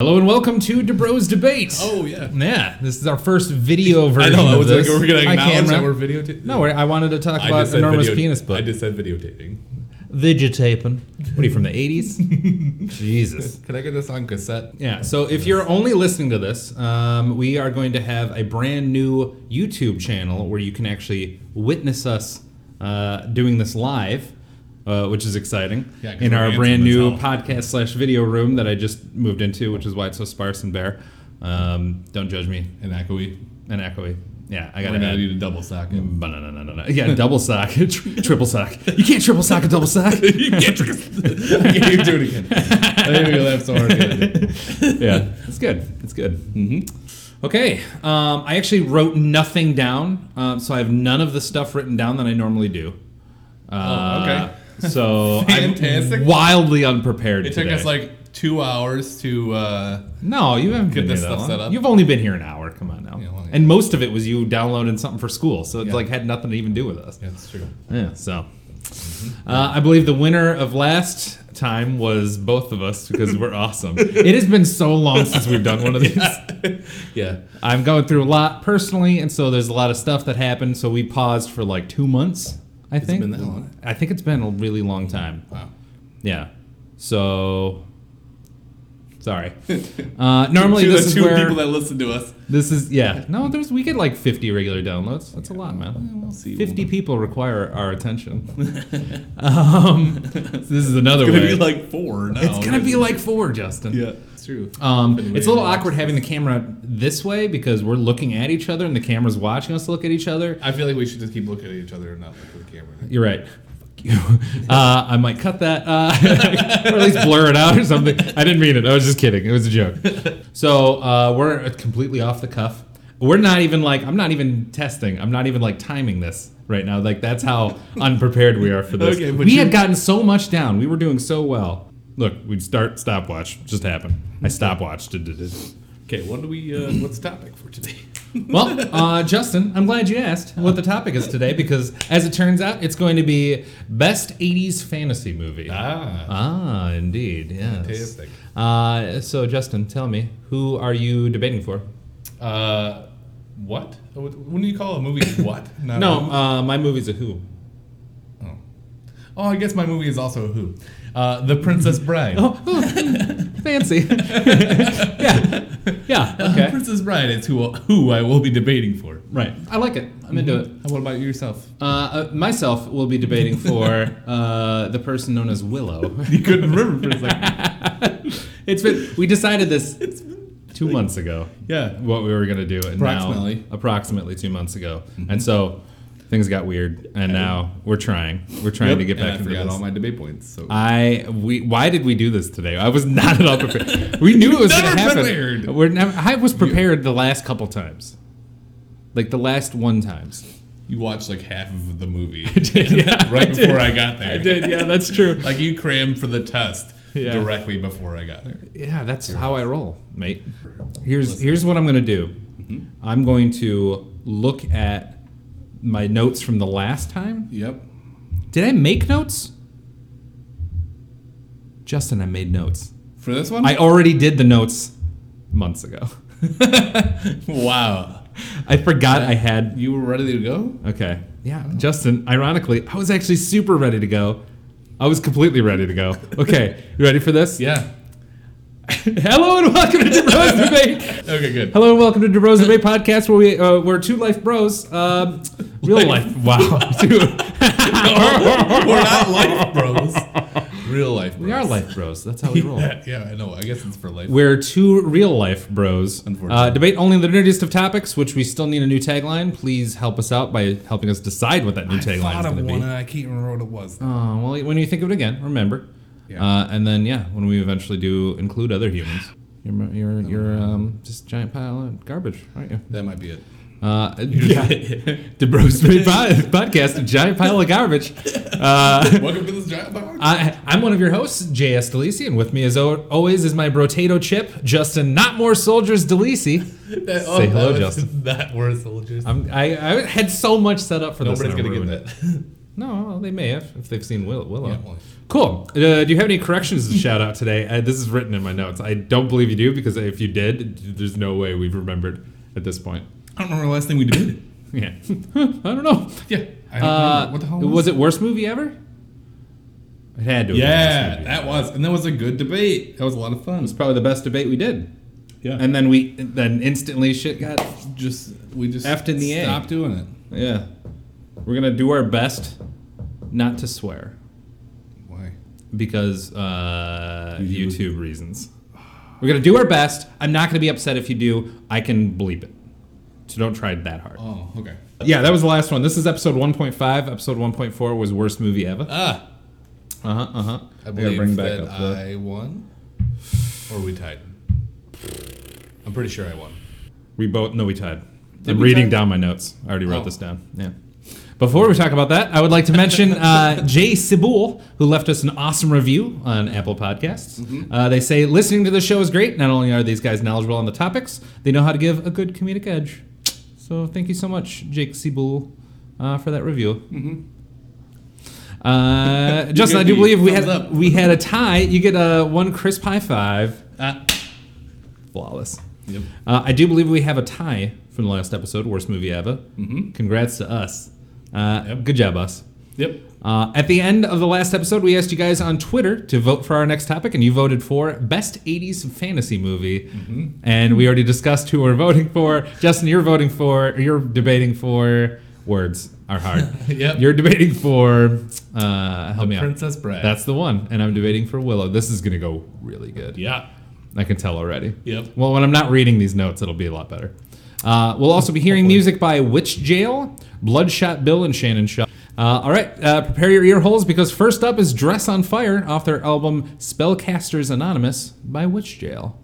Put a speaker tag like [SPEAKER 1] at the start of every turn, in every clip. [SPEAKER 1] Hello and welcome to DeBro's Debate.
[SPEAKER 2] Oh, yeah.
[SPEAKER 1] yeah, this is our first video
[SPEAKER 2] I
[SPEAKER 1] version.
[SPEAKER 2] know. I
[SPEAKER 1] of
[SPEAKER 2] was like,
[SPEAKER 1] this.
[SPEAKER 2] we're gonna
[SPEAKER 1] Hi, camera.
[SPEAKER 2] acknowledge that we're videotaping.
[SPEAKER 1] No, we're- I wanted to talk
[SPEAKER 2] I
[SPEAKER 1] about
[SPEAKER 2] just said
[SPEAKER 1] enormous
[SPEAKER 2] video-
[SPEAKER 1] penis,
[SPEAKER 2] I
[SPEAKER 1] but
[SPEAKER 2] just said videotaping.
[SPEAKER 1] videotaping. What are you from the '80s? Jesus.
[SPEAKER 2] Can I get this on cassette?
[SPEAKER 1] Yeah. So if you're only listening to this, um, we are going to have a brand new YouTube channel where you can actually witness us uh, doing this live. Uh, which is exciting
[SPEAKER 2] Yeah, 'cause
[SPEAKER 1] in
[SPEAKER 2] we're
[SPEAKER 1] our
[SPEAKER 2] handsome
[SPEAKER 1] brand
[SPEAKER 2] as
[SPEAKER 1] new
[SPEAKER 2] hell.
[SPEAKER 1] podcast slash video room that I just moved into, which is why it's so sparse and bare. Um, don't judge me.
[SPEAKER 2] And Akoi.
[SPEAKER 1] an echoey. Yeah, I
[SPEAKER 2] I
[SPEAKER 1] gotta
[SPEAKER 2] gotta
[SPEAKER 1] add.
[SPEAKER 2] need a double socket.
[SPEAKER 1] Ba-na-na-na-na-na. Yeah, double sock, tri- triple sock. You can't triple sock a double sock.
[SPEAKER 2] you can't trick us. Okay, you do it again. I think we laughed so hard. at it.
[SPEAKER 1] yeah, it's good. It's good. Mm-hmm. Okay, um, I actually wrote nothing down, um, so I have none of the stuff written down that I normally do. Uh, okay. So
[SPEAKER 2] Oh, Fantastic.
[SPEAKER 1] I'm wildly unprepared.
[SPEAKER 2] It took
[SPEAKER 1] today.
[SPEAKER 2] us like two hours to. Uh,
[SPEAKER 1] no, you haven't
[SPEAKER 2] Get
[SPEAKER 1] been
[SPEAKER 2] this
[SPEAKER 1] here that
[SPEAKER 2] stuff
[SPEAKER 1] long.
[SPEAKER 2] set up.
[SPEAKER 1] You've only been here an hour. Come on now.
[SPEAKER 2] Yeah, well, yeah.
[SPEAKER 1] And most of it was you downloading something for school, so it's
[SPEAKER 2] Yeah.
[SPEAKER 1] like had nothing to even do with us.
[SPEAKER 2] that's true.
[SPEAKER 1] Yeah. So, uh, I believe the winner of last time was both of us because we're awesome. It has been so long since we've done one of these.
[SPEAKER 2] Yeah.
[SPEAKER 1] I'm going through a lot personally, and so there's a lot of stuff that happened. So we paused for like two months. I think
[SPEAKER 2] been that long?
[SPEAKER 1] I think it's been a really long time.
[SPEAKER 2] Wow.
[SPEAKER 1] Yeah. So. Sorry. Uh, normally
[SPEAKER 2] to
[SPEAKER 1] this
[SPEAKER 2] the
[SPEAKER 1] is
[SPEAKER 2] two
[SPEAKER 1] where
[SPEAKER 2] people that listen to us.
[SPEAKER 1] this is yeah. No, there's we get like 50 regular downloads. That's a lot, man.
[SPEAKER 2] We'll see.
[SPEAKER 1] 50 people require our attention. um, so this is another
[SPEAKER 2] It's gonna
[SPEAKER 1] way.
[SPEAKER 2] be like four now.
[SPEAKER 1] it's gonna be like four, Justin.
[SPEAKER 2] Yeah, it's true.
[SPEAKER 1] Um,
[SPEAKER 2] Been
[SPEAKER 1] it's a little
[SPEAKER 2] waiting.
[SPEAKER 1] awkward having the camera this way because we're looking at each other and the camera's watching us look at each other.
[SPEAKER 2] I feel like we should just keep looking at each other and not look at the camera.
[SPEAKER 1] You're right. Fuck you. Uh, I might cut that, uh, or at least blur it out or something. I didn't mean it. I was just kidding. It was a joke. So uh, we're completely off the cuff. We're not even like I'm not even testing. I'm not even like timing this right now. Like that's how unprepared we are for this.
[SPEAKER 2] Okay, but
[SPEAKER 1] we
[SPEAKER 2] you-
[SPEAKER 1] had gotten so much down. We were doing so well. Look, we'd start stopwatch. Just happened. I stopwatched.
[SPEAKER 2] Okay, what do we? Uh, what's the topic for today?
[SPEAKER 1] Well, uh, Justin, I'm glad you asked what the topic is today because, as it turns out, it's going to be best '80s fantasy movie.
[SPEAKER 2] Ah,
[SPEAKER 1] Ah, indeed. Yes.
[SPEAKER 2] fantastic.
[SPEAKER 1] Uh, so, Justin, tell me, who are you debating for?
[SPEAKER 2] Uh, what? What- When do you call a movie what? Not a
[SPEAKER 1] No,
[SPEAKER 2] movie?
[SPEAKER 1] uh, my movie's a who.
[SPEAKER 2] oh, I guess my movie is also who? Uh, the Princess Bride.
[SPEAKER 1] Oh, Fancy. yeah. Yeah.
[SPEAKER 2] The
[SPEAKER 1] Okay.
[SPEAKER 2] Princess Bride is who who I will be debating for.
[SPEAKER 1] Right. I like it. I'm into it.
[SPEAKER 2] What about yourself?
[SPEAKER 1] Uh, uh, myself will be debating for uh, the person known as Willow.
[SPEAKER 2] You couldn't remember for a second.
[SPEAKER 1] It's been. We decided this two months ago.
[SPEAKER 2] Yeah.
[SPEAKER 1] what we were gonna do, and now
[SPEAKER 2] Approximately. Mm-hmm.
[SPEAKER 1] approximately two months ago, and so things got weird, and now we're trying, we're trying to Uh, get
[SPEAKER 2] And
[SPEAKER 1] back
[SPEAKER 2] I
[SPEAKER 1] into
[SPEAKER 2] forgot
[SPEAKER 1] this.
[SPEAKER 2] all my debate points. So
[SPEAKER 1] I we why did we do this today? I was not at all prepared. We knew it was
[SPEAKER 2] Never
[SPEAKER 1] gonna happen.
[SPEAKER 2] prepared.
[SPEAKER 1] We're never, I was prepared the last couple times, like the last one times.
[SPEAKER 2] you watched like half of the movie
[SPEAKER 1] did, yeah,
[SPEAKER 2] right
[SPEAKER 1] I did.
[SPEAKER 2] before I got there.
[SPEAKER 1] I did, yeah, that's true.
[SPEAKER 2] Like you crammed for the test
[SPEAKER 1] Yeah.
[SPEAKER 2] directly before I got there.
[SPEAKER 1] Yeah, that's how I roll, mate. Here's here's what I'm gonna do. I'm going to look at my notes from the last time.
[SPEAKER 2] Yep.
[SPEAKER 1] Did I make notes? Justin, I made notes.
[SPEAKER 2] For this one.
[SPEAKER 1] I already did the notes months ago.
[SPEAKER 2] wow.
[SPEAKER 1] I forgot I had.
[SPEAKER 2] You were ready to go.
[SPEAKER 1] Okay. Yeah, Justin, ironically, I was actually super ready to go. I was completely ready to go. Okay, you ready for this?
[SPEAKER 2] Yeah.
[SPEAKER 1] Hello and welcome to DeBros Debate.
[SPEAKER 2] Okay. Good.
[SPEAKER 1] Hello and welcome to DeBros Debate Podcast, where we uh, we're two life bros. Um, real life.
[SPEAKER 2] Life-
[SPEAKER 1] Wow. dude.
[SPEAKER 2] We're not life bros. Real life bros.
[SPEAKER 1] we are life bros. That's how we roll.
[SPEAKER 2] Yeah, yeah, I know. I guess it's for life.
[SPEAKER 1] We're two real life bros.
[SPEAKER 2] Unfortunately.
[SPEAKER 1] Uh, debate only the nerdiest of topics, which we still need a new tagline. Please help us out by helping us decide what that new tagline is going to be.
[SPEAKER 2] I can't remember what it was.
[SPEAKER 1] Oh, well, when you think of it again, remember.
[SPEAKER 2] Yeah.
[SPEAKER 1] Uh, and then, yeah, when we eventually do include other humans, you're, you're, you're um, just a giant pile of garbage, aren't you?
[SPEAKER 2] That might be it.
[SPEAKER 1] Uh, yeah. the Bros Debate pod- Podcast, a giant pile of garbage. Uh,
[SPEAKER 2] Welcome to this giant box.
[SPEAKER 1] I, I'm one of your hosts, J.S. DeLisi, and with me, as al- always, is my Brotato Chip, Justin Not More Soldiers DeLisi.
[SPEAKER 2] That-
[SPEAKER 1] say
[SPEAKER 2] that
[SPEAKER 1] hello,
[SPEAKER 2] was
[SPEAKER 1] Justin.
[SPEAKER 2] That were soldiers.
[SPEAKER 1] I'm, I, I had so much set up for
[SPEAKER 2] Nobody's
[SPEAKER 1] this. and I
[SPEAKER 2] gonna get
[SPEAKER 1] ruined it.
[SPEAKER 2] that.
[SPEAKER 1] No, well, they may have if they've seen Will- Willow.
[SPEAKER 2] Yeah, well-
[SPEAKER 1] Cool. Uh, do you have any corrections to shout out today? Uh, this is written in my notes. I don't believe you do because if you did, there's no way we've remembered at this point.
[SPEAKER 2] I don't remember the last thing we debated.
[SPEAKER 1] Yeah, I don't know.
[SPEAKER 2] yeah. I don't
[SPEAKER 1] Uh,
[SPEAKER 2] remember. What the hell
[SPEAKER 1] was, it? Worst movie ever? It had to. Have been worst
[SPEAKER 2] Yeah,
[SPEAKER 1] movie.
[SPEAKER 2] that was, and that was a good debate. That was a lot of fun.
[SPEAKER 1] It's probably the best debate we did.
[SPEAKER 2] Yeah,
[SPEAKER 1] And then we then instantly shit got
[SPEAKER 2] just we just
[SPEAKER 1] Effed in the A.
[SPEAKER 2] stopped doing it.
[SPEAKER 1] yeah. We're gonna do our best not to swear
[SPEAKER 2] Why?
[SPEAKER 1] because uh,
[SPEAKER 2] You-
[SPEAKER 1] YouTube reasons. We're gonna do our best. I'm not gonna be upset if you do. I can bleep it. So don't try that hard.
[SPEAKER 2] Oh, okay.
[SPEAKER 1] Yeah, that was the last one. This is episode 1.5. Episode 1.4 was worst movie ever.
[SPEAKER 2] Ah,
[SPEAKER 1] Uh huh. Uh huh.
[SPEAKER 2] I believe that I won, or we tied. I'm pretty sure I won.
[SPEAKER 1] We both no, we tied.
[SPEAKER 2] Did
[SPEAKER 1] I'm
[SPEAKER 2] we
[SPEAKER 1] reading
[SPEAKER 2] tie?
[SPEAKER 1] down my notes. I already wrote
[SPEAKER 2] Oh.
[SPEAKER 1] this down. Yeah. Before we talk about that, I would like to mention uh, Jay Sibul, who left us an awesome review on Apple Podcasts.
[SPEAKER 2] Mm-hmm.
[SPEAKER 1] Uh, they say listening to the show is great. Not only are these guys knowledgeable on the topics, they know how to give a good comedic edge. So thank you so much, Jake Sibul, uh, for that review.
[SPEAKER 2] Mm-hmm.
[SPEAKER 1] Uh, Justin, I do
[SPEAKER 2] the
[SPEAKER 1] believe we
[SPEAKER 2] thumbs
[SPEAKER 1] had
[SPEAKER 2] up.
[SPEAKER 1] we had a tie. You get a one crisp high five.
[SPEAKER 2] Ah,
[SPEAKER 1] Flawless.
[SPEAKER 2] yep.
[SPEAKER 1] Uh, I do believe we have a tie from the last episode, worst movie ever. Mm-hmm. Congrats to us. Uh, Good job, us.
[SPEAKER 2] Yep.
[SPEAKER 1] Uh, at the end of the last episode, we asked you guys on Twitter to vote for our next topic, and you voted for best '80s fantasy movie.
[SPEAKER 2] Mm-hmm.
[SPEAKER 1] And we already discussed who we're voting for. Justin, you're voting for, you're debating for words are hard.
[SPEAKER 2] Yep.
[SPEAKER 1] You're debating for uh, help me out.
[SPEAKER 2] Princess Bride.
[SPEAKER 1] That's the one, and I'm debating for Willow. This is gonna go really good.
[SPEAKER 2] yeah.
[SPEAKER 1] I can tell already.
[SPEAKER 2] Yep.
[SPEAKER 1] Well, when I'm not reading these notes, it'll be a lot better. Uh, we'll also be hearing music by Witch Jail, Bloodshot Bill, and Shannon Shaw. Uh, all right, uh, prepare your ear holes because first up is Dress on Fire off their album Spellcasters Anonymous by Witch Jail.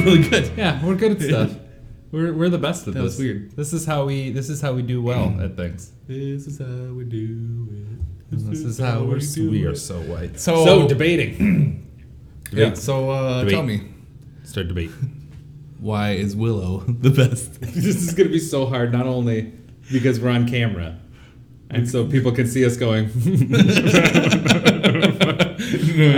[SPEAKER 2] Really good.
[SPEAKER 1] Yeah, we're good at stuff. We're, we're the best at
[SPEAKER 2] That
[SPEAKER 1] this.
[SPEAKER 2] was weird.
[SPEAKER 1] This is how we this is how we do well at things.
[SPEAKER 2] This is how we do it.
[SPEAKER 1] This is how we're we are so white.
[SPEAKER 2] So-
[SPEAKER 1] debating.
[SPEAKER 2] Yeah. So uh,
[SPEAKER 1] Debate.
[SPEAKER 2] tell me,
[SPEAKER 1] Start debate.
[SPEAKER 2] why is Willow the best?
[SPEAKER 1] this is gonna be so hard. Not only because we're on camera. And so people can see us going. I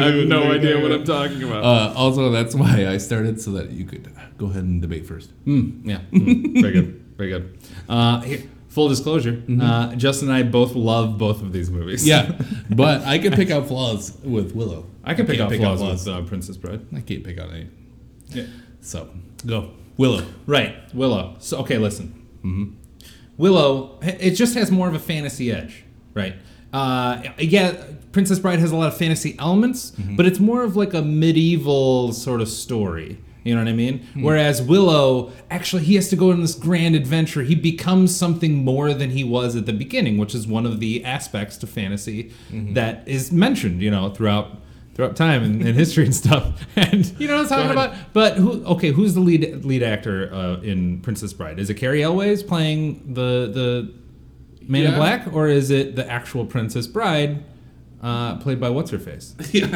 [SPEAKER 1] have no idea what I'm talking about.
[SPEAKER 2] Uh, also, that's why I started so that you could go ahead and debate first.
[SPEAKER 1] Mm, yeah. Mm, very good. Very good. Uh, here, full disclosure uh, Justin and I both love both of these movies.
[SPEAKER 2] Yeah, but I can pick out flaws with Willow.
[SPEAKER 1] I can pick
[SPEAKER 2] can't
[SPEAKER 1] out flaws, with uh, Princess Bride.
[SPEAKER 2] I can't pick out any.
[SPEAKER 1] Yeah.
[SPEAKER 2] So go Willow.
[SPEAKER 1] Right. Willow. So, okay, listen. Willow, it just has more of a fantasy edge, right? Uh, yeah, Princess Bride has a lot of fantasy elements, but it's more of like a medieval sort of story. You know what I mean? Whereas Willow, actually, he has to go on this grand adventure. He becomes something more than he was at the beginning, which is one of the aspects to fantasy that is mentioned, you know, throughout throughout time and, and history and stuff. And you know what I'm talking
[SPEAKER 2] ahead.
[SPEAKER 1] about? But who? Okay, who's the lead lead actor uh, in Princess Bride? Is it Carrie Elways playing the the Man in
[SPEAKER 2] Yeah.
[SPEAKER 1] Black, or is it the actual Princess Bride, uh, played by what's her face?
[SPEAKER 2] Yeah.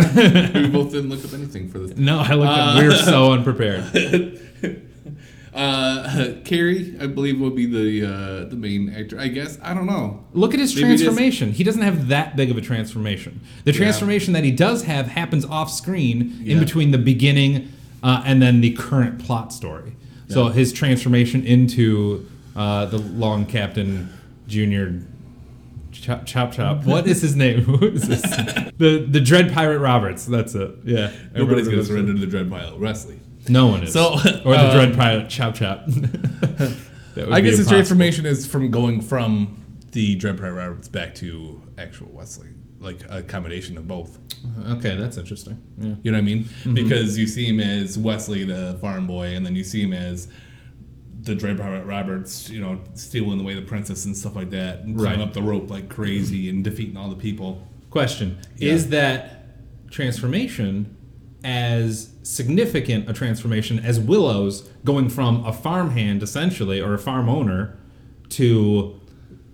[SPEAKER 2] we both didn't look up anything for this.
[SPEAKER 1] No, I looked. up. We we're so unprepared.
[SPEAKER 2] Uh, Carrie, I believe, will be the uh, the main actor. I guess I don't know.
[SPEAKER 1] Look at his
[SPEAKER 2] Maybe it is-
[SPEAKER 1] transformation. He doesn't have that big of a transformation. The transformation that he does have happens off screen in
[SPEAKER 2] Yeah.
[SPEAKER 1] between the beginning uh, and then the current plot story. So his transformation into uh, the long captain junior chop chop chop. What is his name? Who is this? the the Dread Pirate Roberts. That's it. Yeah. I
[SPEAKER 2] Nobody's
[SPEAKER 1] remember
[SPEAKER 2] gonna
[SPEAKER 1] this.
[SPEAKER 2] surrender to the Dread Pilot Wesley.
[SPEAKER 1] No one is.
[SPEAKER 2] So,
[SPEAKER 1] or the
[SPEAKER 2] um,
[SPEAKER 1] Dread Pirate chop chop. That would
[SPEAKER 2] I
[SPEAKER 1] be
[SPEAKER 2] guess his
[SPEAKER 1] impossible.
[SPEAKER 2] transformation is from going from the Dread Pirate Roberts back to actual Wesley, like a combination of both.
[SPEAKER 1] Okay, that's interesting. Yeah. Mm-hmm.
[SPEAKER 2] You know what I mean? Because you see him as Wesley, the farm boy, and then you see him as the Dread Pirate Roberts, you know, stealing away the princess and stuff like that, and climbing
[SPEAKER 1] Right.
[SPEAKER 2] up the rope like crazy and defeating all the people.
[SPEAKER 1] Question
[SPEAKER 2] Yeah.
[SPEAKER 1] Is that transformation as significant a transformation as Willow's going from a farmhand, essentially, or a farm owner to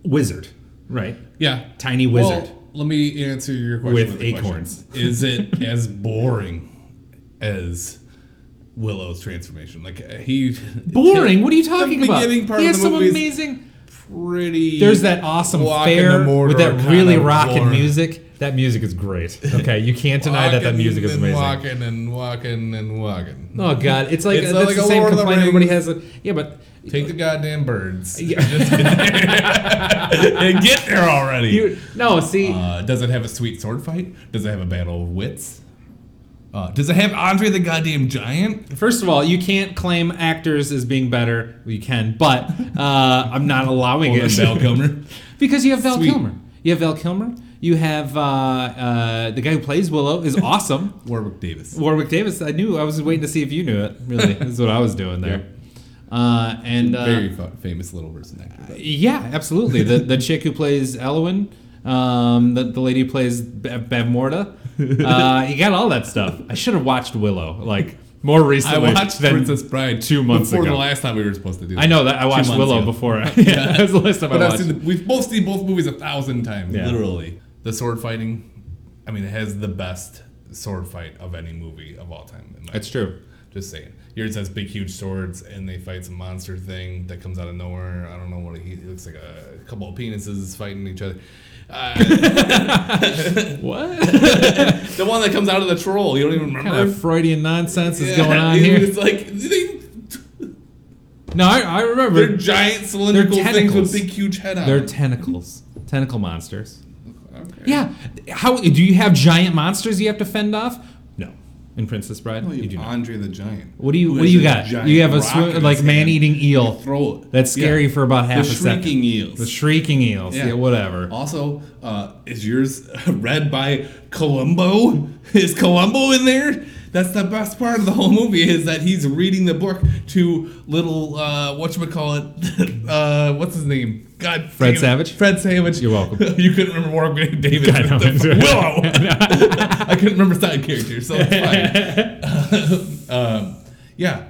[SPEAKER 1] wizard, right?
[SPEAKER 2] Yeah,
[SPEAKER 1] Tiny wizard.
[SPEAKER 2] Well, let me answer your question
[SPEAKER 1] With
[SPEAKER 2] a question.
[SPEAKER 1] acorns.
[SPEAKER 2] Is it as boring as Willow's transformation? Like uh, he
[SPEAKER 1] Boring? What are you talking
[SPEAKER 2] the
[SPEAKER 1] about?
[SPEAKER 2] beginning part
[SPEAKER 1] he
[SPEAKER 2] of
[SPEAKER 1] has
[SPEAKER 2] the
[SPEAKER 1] some
[SPEAKER 2] movie is
[SPEAKER 1] amazing.
[SPEAKER 2] Pretty.
[SPEAKER 1] There's that awesome
[SPEAKER 2] Walk in the
[SPEAKER 1] fair
[SPEAKER 2] mortar
[SPEAKER 1] with that
[SPEAKER 2] kind
[SPEAKER 1] really
[SPEAKER 2] of
[SPEAKER 1] rocking
[SPEAKER 2] boring.
[SPEAKER 1] music. That music is great. Okay, you can't deny that that
[SPEAKER 2] Walking
[SPEAKER 1] music is
[SPEAKER 2] and
[SPEAKER 1] amazing.
[SPEAKER 2] Walking and walking and walking.
[SPEAKER 1] Oh god, it's like
[SPEAKER 2] It's
[SPEAKER 1] that's
[SPEAKER 2] like
[SPEAKER 1] the
[SPEAKER 2] a
[SPEAKER 1] same
[SPEAKER 2] Lord of the
[SPEAKER 1] complaint everybody
[SPEAKER 2] Rings.
[SPEAKER 1] has. Yeah, but
[SPEAKER 2] Take the goddamn birds.
[SPEAKER 1] Yeah.
[SPEAKER 2] Just get there. and get there already.
[SPEAKER 1] you no see.
[SPEAKER 2] Uh, does it have a sweet sword fight? Does it have a battle of wits? Uh, does it have Andre the goddamn giant?
[SPEAKER 1] First of all, you can't claim actors as being better. You can, but uh, I'm not allowing
[SPEAKER 2] Or
[SPEAKER 1] it.
[SPEAKER 2] Val Kilmer?
[SPEAKER 1] because you have Val
[SPEAKER 2] Sweet.
[SPEAKER 1] Kilmer. You have Val Kilmer. You have uh, uh, the guy who plays Willow is awesome.
[SPEAKER 2] Warwick Davis.
[SPEAKER 1] Warwick Davis. I knew. I was waiting to see if you knew it. Really, this is what I was doing there. Uh, and uh,
[SPEAKER 2] Very fa- famous little person actor.
[SPEAKER 1] yeah, absolutely. The the chick who plays Elwyn, um, the, the lady who plays Bev, Bev Morda. Uh, you got all that stuff. I should have watched Willow like more
[SPEAKER 2] I
[SPEAKER 1] recently.
[SPEAKER 2] watched
[SPEAKER 1] than-
[SPEAKER 2] Princess Bride
[SPEAKER 1] two months
[SPEAKER 2] before
[SPEAKER 1] ago.
[SPEAKER 2] the last time we were supposed to do. That.
[SPEAKER 1] I know that I watched
[SPEAKER 2] months
[SPEAKER 1] Willow
[SPEAKER 2] ago.
[SPEAKER 1] before. yeah, that was the last time
[SPEAKER 2] But
[SPEAKER 1] I
[SPEAKER 2] I've
[SPEAKER 1] watched.
[SPEAKER 2] seen the, we've both seen both movies a thousand times,
[SPEAKER 1] Yeah.
[SPEAKER 2] literally. The sword fighting, I mean, it has the best sword fight of any movie of all time. in my
[SPEAKER 1] That's true.
[SPEAKER 2] Just saying. Yours has big, huge swords, and they fight some monster thing that comes out of nowhere. I don't know what he it looks like. A couple of penises fighting each other. Uh,
[SPEAKER 1] What
[SPEAKER 2] the one that comes out of the troll. You don't even remember.
[SPEAKER 1] kind of Freudian nonsense is
[SPEAKER 2] Yeah,
[SPEAKER 1] going on
[SPEAKER 2] it-
[SPEAKER 1] here?
[SPEAKER 2] It's like they,
[SPEAKER 1] No, I, I
[SPEAKER 2] they're
[SPEAKER 1] remember.
[SPEAKER 2] giant cylindrical things
[SPEAKER 1] tentacles.
[SPEAKER 2] with big, huge head on.
[SPEAKER 1] They're tentacles, tentacle monsters.
[SPEAKER 2] okay.
[SPEAKER 1] Yeah, how do you have giant monsters you have to fend off? No, in Princess Bride,
[SPEAKER 2] Well,
[SPEAKER 1] you do
[SPEAKER 2] you
[SPEAKER 1] not.
[SPEAKER 2] Andre the Giant.
[SPEAKER 1] What do you
[SPEAKER 2] Who
[SPEAKER 1] What do
[SPEAKER 2] has
[SPEAKER 1] you
[SPEAKER 2] a
[SPEAKER 1] got?
[SPEAKER 2] giant
[SPEAKER 1] You have a
[SPEAKER 2] rock in
[SPEAKER 1] swim,
[SPEAKER 2] his
[SPEAKER 1] like
[SPEAKER 2] hand.
[SPEAKER 1] man eating eel.
[SPEAKER 2] Throw it.
[SPEAKER 1] That's scary
[SPEAKER 2] Yeah.
[SPEAKER 1] for about half
[SPEAKER 2] the
[SPEAKER 1] a second.
[SPEAKER 2] shrieking eels.
[SPEAKER 1] The shrieking eels. Yeah,
[SPEAKER 2] Yeah.
[SPEAKER 1] whatever.
[SPEAKER 2] also, uh, is yours read by Columbo? Is Columbo in there? That's the best part of the whole movie is that he's reading the book to little uh, whatchamacallit, uh, what's his name? God,
[SPEAKER 1] Fred
[SPEAKER 2] damn it.
[SPEAKER 1] Savage?
[SPEAKER 2] Fred Savage.
[SPEAKER 1] You're welcome.
[SPEAKER 2] you couldn't remember Warwick Davis.
[SPEAKER 1] I know.
[SPEAKER 2] The- Willow. I couldn't remember side characters, so it's fine. um, yeah.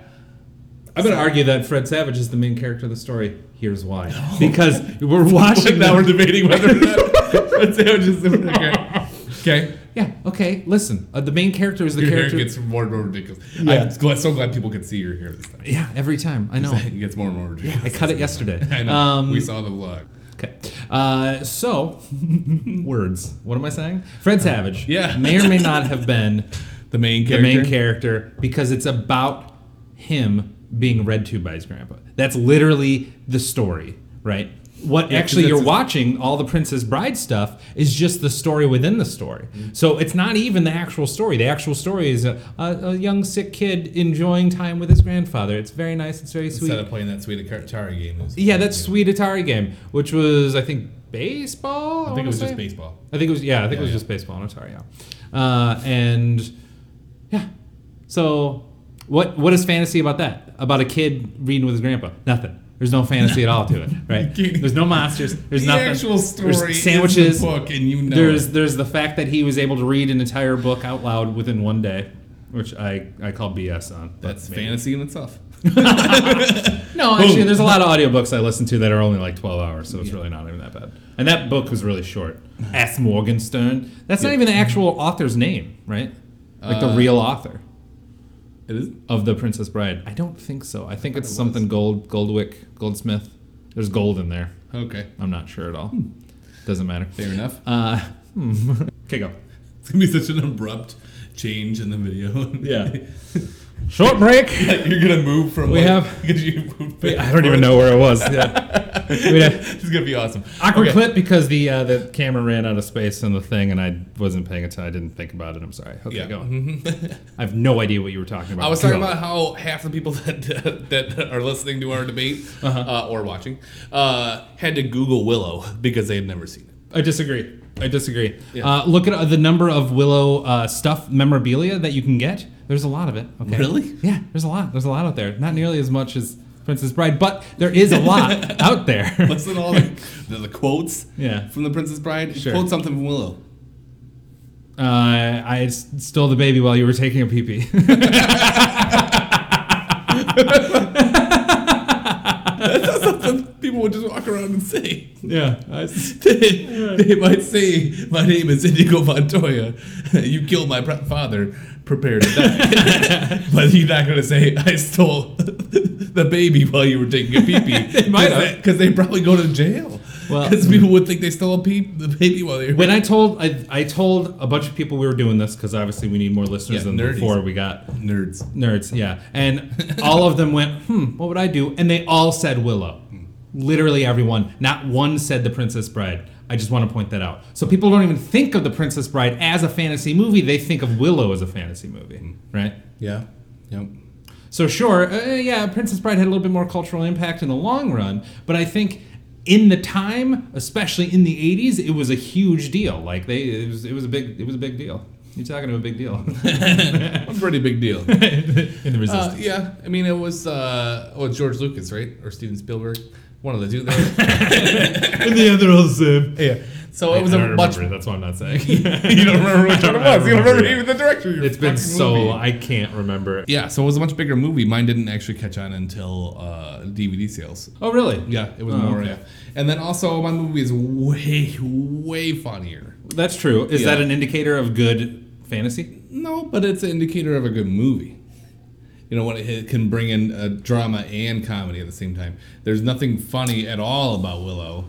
[SPEAKER 1] I'm going to argue that Fred Savage is the main character of the story. Here's why. Because we're watching them-
[SPEAKER 2] now we're debating whether or not Fred Savage is the Okay.
[SPEAKER 1] yeah, okay, listen. Uh, the main character is the
[SPEAKER 2] Your
[SPEAKER 1] character.
[SPEAKER 2] hair gets more and more ridiculous.
[SPEAKER 1] Yeah.
[SPEAKER 2] I'm gl- so glad people can see your hair this time.
[SPEAKER 1] yeah, every time. I know.
[SPEAKER 2] It gets more and more ridiculous.
[SPEAKER 1] I cut it yesterday.
[SPEAKER 2] I know.
[SPEAKER 1] Um,
[SPEAKER 2] we saw the vlog.
[SPEAKER 1] Okay. Uh, so, words. What am I saying? Fred Savage.
[SPEAKER 2] Uh, yeah.
[SPEAKER 1] may or may not have been
[SPEAKER 2] The main
[SPEAKER 1] the
[SPEAKER 2] character.
[SPEAKER 1] main character because it's about him being read to by his grandpa. That's literally the story, right? What
[SPEAKER 2] 'cause
[SPEAKER 1] actually you're
[SPEAKER 2] that's-
[SPEAKER 1] watching, all the Princess Bride stuff, is just the story within the story.
[SPEAKER 2] Mm-hmm.
[SPEAKER 1] So it's not even the actual story. The actual story is a, a, a young sick kid enjoying time with his grandfather. It's very nice. It's very sweet.
[SPEAKER 2] Instead of playing that sweet Atari game. it was-
[SPEAKER 1] Yeah, that sweet Atari game, which was I think baseball.
[SPEAKER 2] I think
[SPEAKER 1] wanna
[SPEAKER 2] it was
[SPEAKER 1] say?
[SPEAKER 2] just baseball.
[SPEAKER 1] I think it was yeah, I think
[SPEAKER 2] Yeah,
[SPEAKER 1] it was
[SPEAKER 2] yeah.
[SPEAKER 1] just baseball on Atari. Yeah, uh, and yeah. So what what is fantasy about that? About a kid reading with his grandpa? Nothing. There's no fantasy at all to it, right?
[SPEAKER 2] kidding.
[SPEAKER 1] There's no monsters. There's
[SPEAKER 2] the
[SPEAKER 1] nothing.
[SPEAKER 2] actual story
[SPEAKER 1] There's
[SPEAKER 2] is
[SPEAKER 1] sandwiches.
[SPEAKER 2] the book, and you know
[SPEAKER 1] there's
[SPEAKER 2] it.
[SPEAKER 1] there's the fact that he was able to read an entire book out loud within one day, which I I call BS on. but
[SPEAKER 2] That's
[SPEAKER 1] maybe.
[SPEAKER 2] fantasy in itself.
[SPEAKER 1] No, actually,
[SPEAKER 2] Boom.
[SPEAKER 1] there's a lot of audiobooks I listen to that are only like 12 hours, so it's really not even that bad. And that book was really short. S. Morgenstern. That's not
[SPEAKER 2] Yeah.
[SPEAKER 1] even the actual author's name, right? Like the
[SPEAKER 2] Uh,
[SPEAKER 1] real author
[SPEAKER 2] It is.
[SPEAKER 1] of The Princess Bride. I don't think so. I think it's
[SPEAKER 2] it
[SPEAKER 1] something Gold, Goldwick, Goldsmith. There's gold in there.
[SPEAKER 2] Okay.
[SPEAKER 1] I'm not sure at all. Doesn't matter.
[SPEAKER 2] Fair enough.
[SPEAKER 1] Uh, hmm. okay, go.
[SPEAKER 2] It's gonna be such an abrupt change in the video.
[SPEAKER 1] Yeah. Short break.
[SPEAKER 2] You're gonna move from.
[SPEAKER 1] We
[SPEAKER 2] like-
[SPEAKER 1] have-
[SPEAKER 2] You moved
[SPEAKER 1] Wait,
[SPEAKER 2] back
[SPEAKER 1] I don't even
[SPEAKER 2] and
[SPEAKER 1] know where I was. Yeah.
[SPEAKER 2] forth.
[SPEAKER 1] Wait, I-
[SPEAKER 2] This is gonna be awesome.
[SPEAKER 1] Awkward
[SPEAKER 2] Okay.
[SPEAKER 1] clip because the uh, the camera ran out of space in the thing, and I wasn't paying attention. I didn't think about it. I'm sorry. Okay,
[SPEAKER 2] Yeah. Mm-hmm.
[SPEAKER 1] go on. I have no idea what you were talking about.
[SPEAKER 2] I was talking
[SPEAKER 1] Go.
[SPEAKER 2] about how half the people that that are listening to our debate uh
[SPEAKER 1] Uh-huh.
[SPEAKER 2] or watching uh, had to Google Willow because they had never seen it.
[SPEAKER 1] I disagree. I disagree.
[SPEAKER 2] Yeah.
[SPEAKER 1] Uh, look at uh, the number of Willow uh, stuff memorabilia that you can get. There's a lot of it. Okay.
[SPEAKER 2] Really?
[SPEAKER 1] Yeah. There's a lot. There's a lot out there. Not nearly as much as Princess Bride, but there is a lot out there.
[SPEAKER 2] Listen to all the, the, the quotes
[SPEAKER 1] Yeah.
[SPEAKER 2] from The Princess Bride.
[SPEAKER 1] Sure.
[SPEAKER 2] Quote something from Willow.
[SPEAKER 1] Uh, I s- stole the baby while you were taking a pee pee.
[SPEAKER 2] That's something people would just walk around and say.
[SPEAKER 1] yeah. I s-
[SPEAKER 2] they, they might say, "My name is Indigo Montoya. You killed my pr- father. Prepare to die." but you're not going to say, "I stole the baby while you were taking a pee pee." they
[SPEAKER 1] might have.
[SPEAKER 2] because they probably go to jail.
[SPEAKER 1] Well-
[SPEAKER 2] because people would think they stole a pee- the baby while they were.
[SPEAKER 1] When I told I, I told a bunch of people we were doing this because obviously we need more listeners
[SPEAKER 2] Yeah,
[SPEAKER 1] than
[SPEAKER 2] nerdies.
[SPEAKER 1] before we got
[SPEAKER 2] Nerds.
[SPEAKER 1] nerds, yeah. And all of them went, hmm, what would I do? And they all said Willow. Literally everyone. Not one said The Princess Bride. I just want to point that out. So people don't even think of The Princess Bride as a fantasy movie. They think of Willow as a fantasy movie, right?
[SPEAKER 2] Yeah. Yep.
[SPEAKER 1] So sure, uh, yeah, Princess Bride had a little bit more cultural impact in the long run, but I think in the time, especially in the '80s, it was a huge deal. Like they, it was, it was a big, it was a big deal. You're talking about a big deal
[SPEAKER 2] A pretty big deal.
[SPEAKER 1] in the
[SPEAKER 2] Uh,
[SPEAKER 1] resistance.
[SPEAKER 2] yeah, I mean it was uh, oh George Lucas, right, or Steven Spielberg, one of the two.
[SPEAKER 1] and the other all the same.
[SPEAKER 2] yeah. So it was
[SPEAKER 1] I
[SPEAKER 2] a
[SPEAKER 1] don't
[SPEAKER 2] much
[SPEAKER 1] remember Uh, it, That's what I'm not
[SPEAKER 2] you
[SPEAKER 1] saying.
[SPEAKER 2] don't remember which
[SPEAKER 1] I
[SPEAKER 2] one it
[SPEAKER 1] don't
[SPEAKER 2] was. You don't
[SPEAKER 1] remember
[SPEAKER 2] remember
[SPEAKER 1] it.
[SPEAKER 2] even the director. of your
[SPEAKER 1] it's been
[SPEAKER 2] fucking
[SPEAKER 1] so
[SPEAKER 2] movie.
[SPEAKER 1] I can't remember. it.
[SPEAKER 2] Yeah, so it was a much bigger movie. Mine didn't actually catch on until uh, DVD sales.
[SPEAKER 1] Oh really?
[SPEAKER 2] Yeah, it was
[SPEAKER 1] Oh,
[SPEAKER 2] more.
[SPEAKER 1] okay.
[SPEAKER 2] Yeah. And then also, my movie is way, way funnier.
[SPEAKER 1] That's true. Is that
[SPEAKER 2] Yeah.
[SPEAKER 1] an indicator of good fantasy?
[SPEAKER 2] No, but it's an indicator of a good movie. You know, when it, it can bring in a drama and comedy at the same time. There's nothing funny at all about Willow,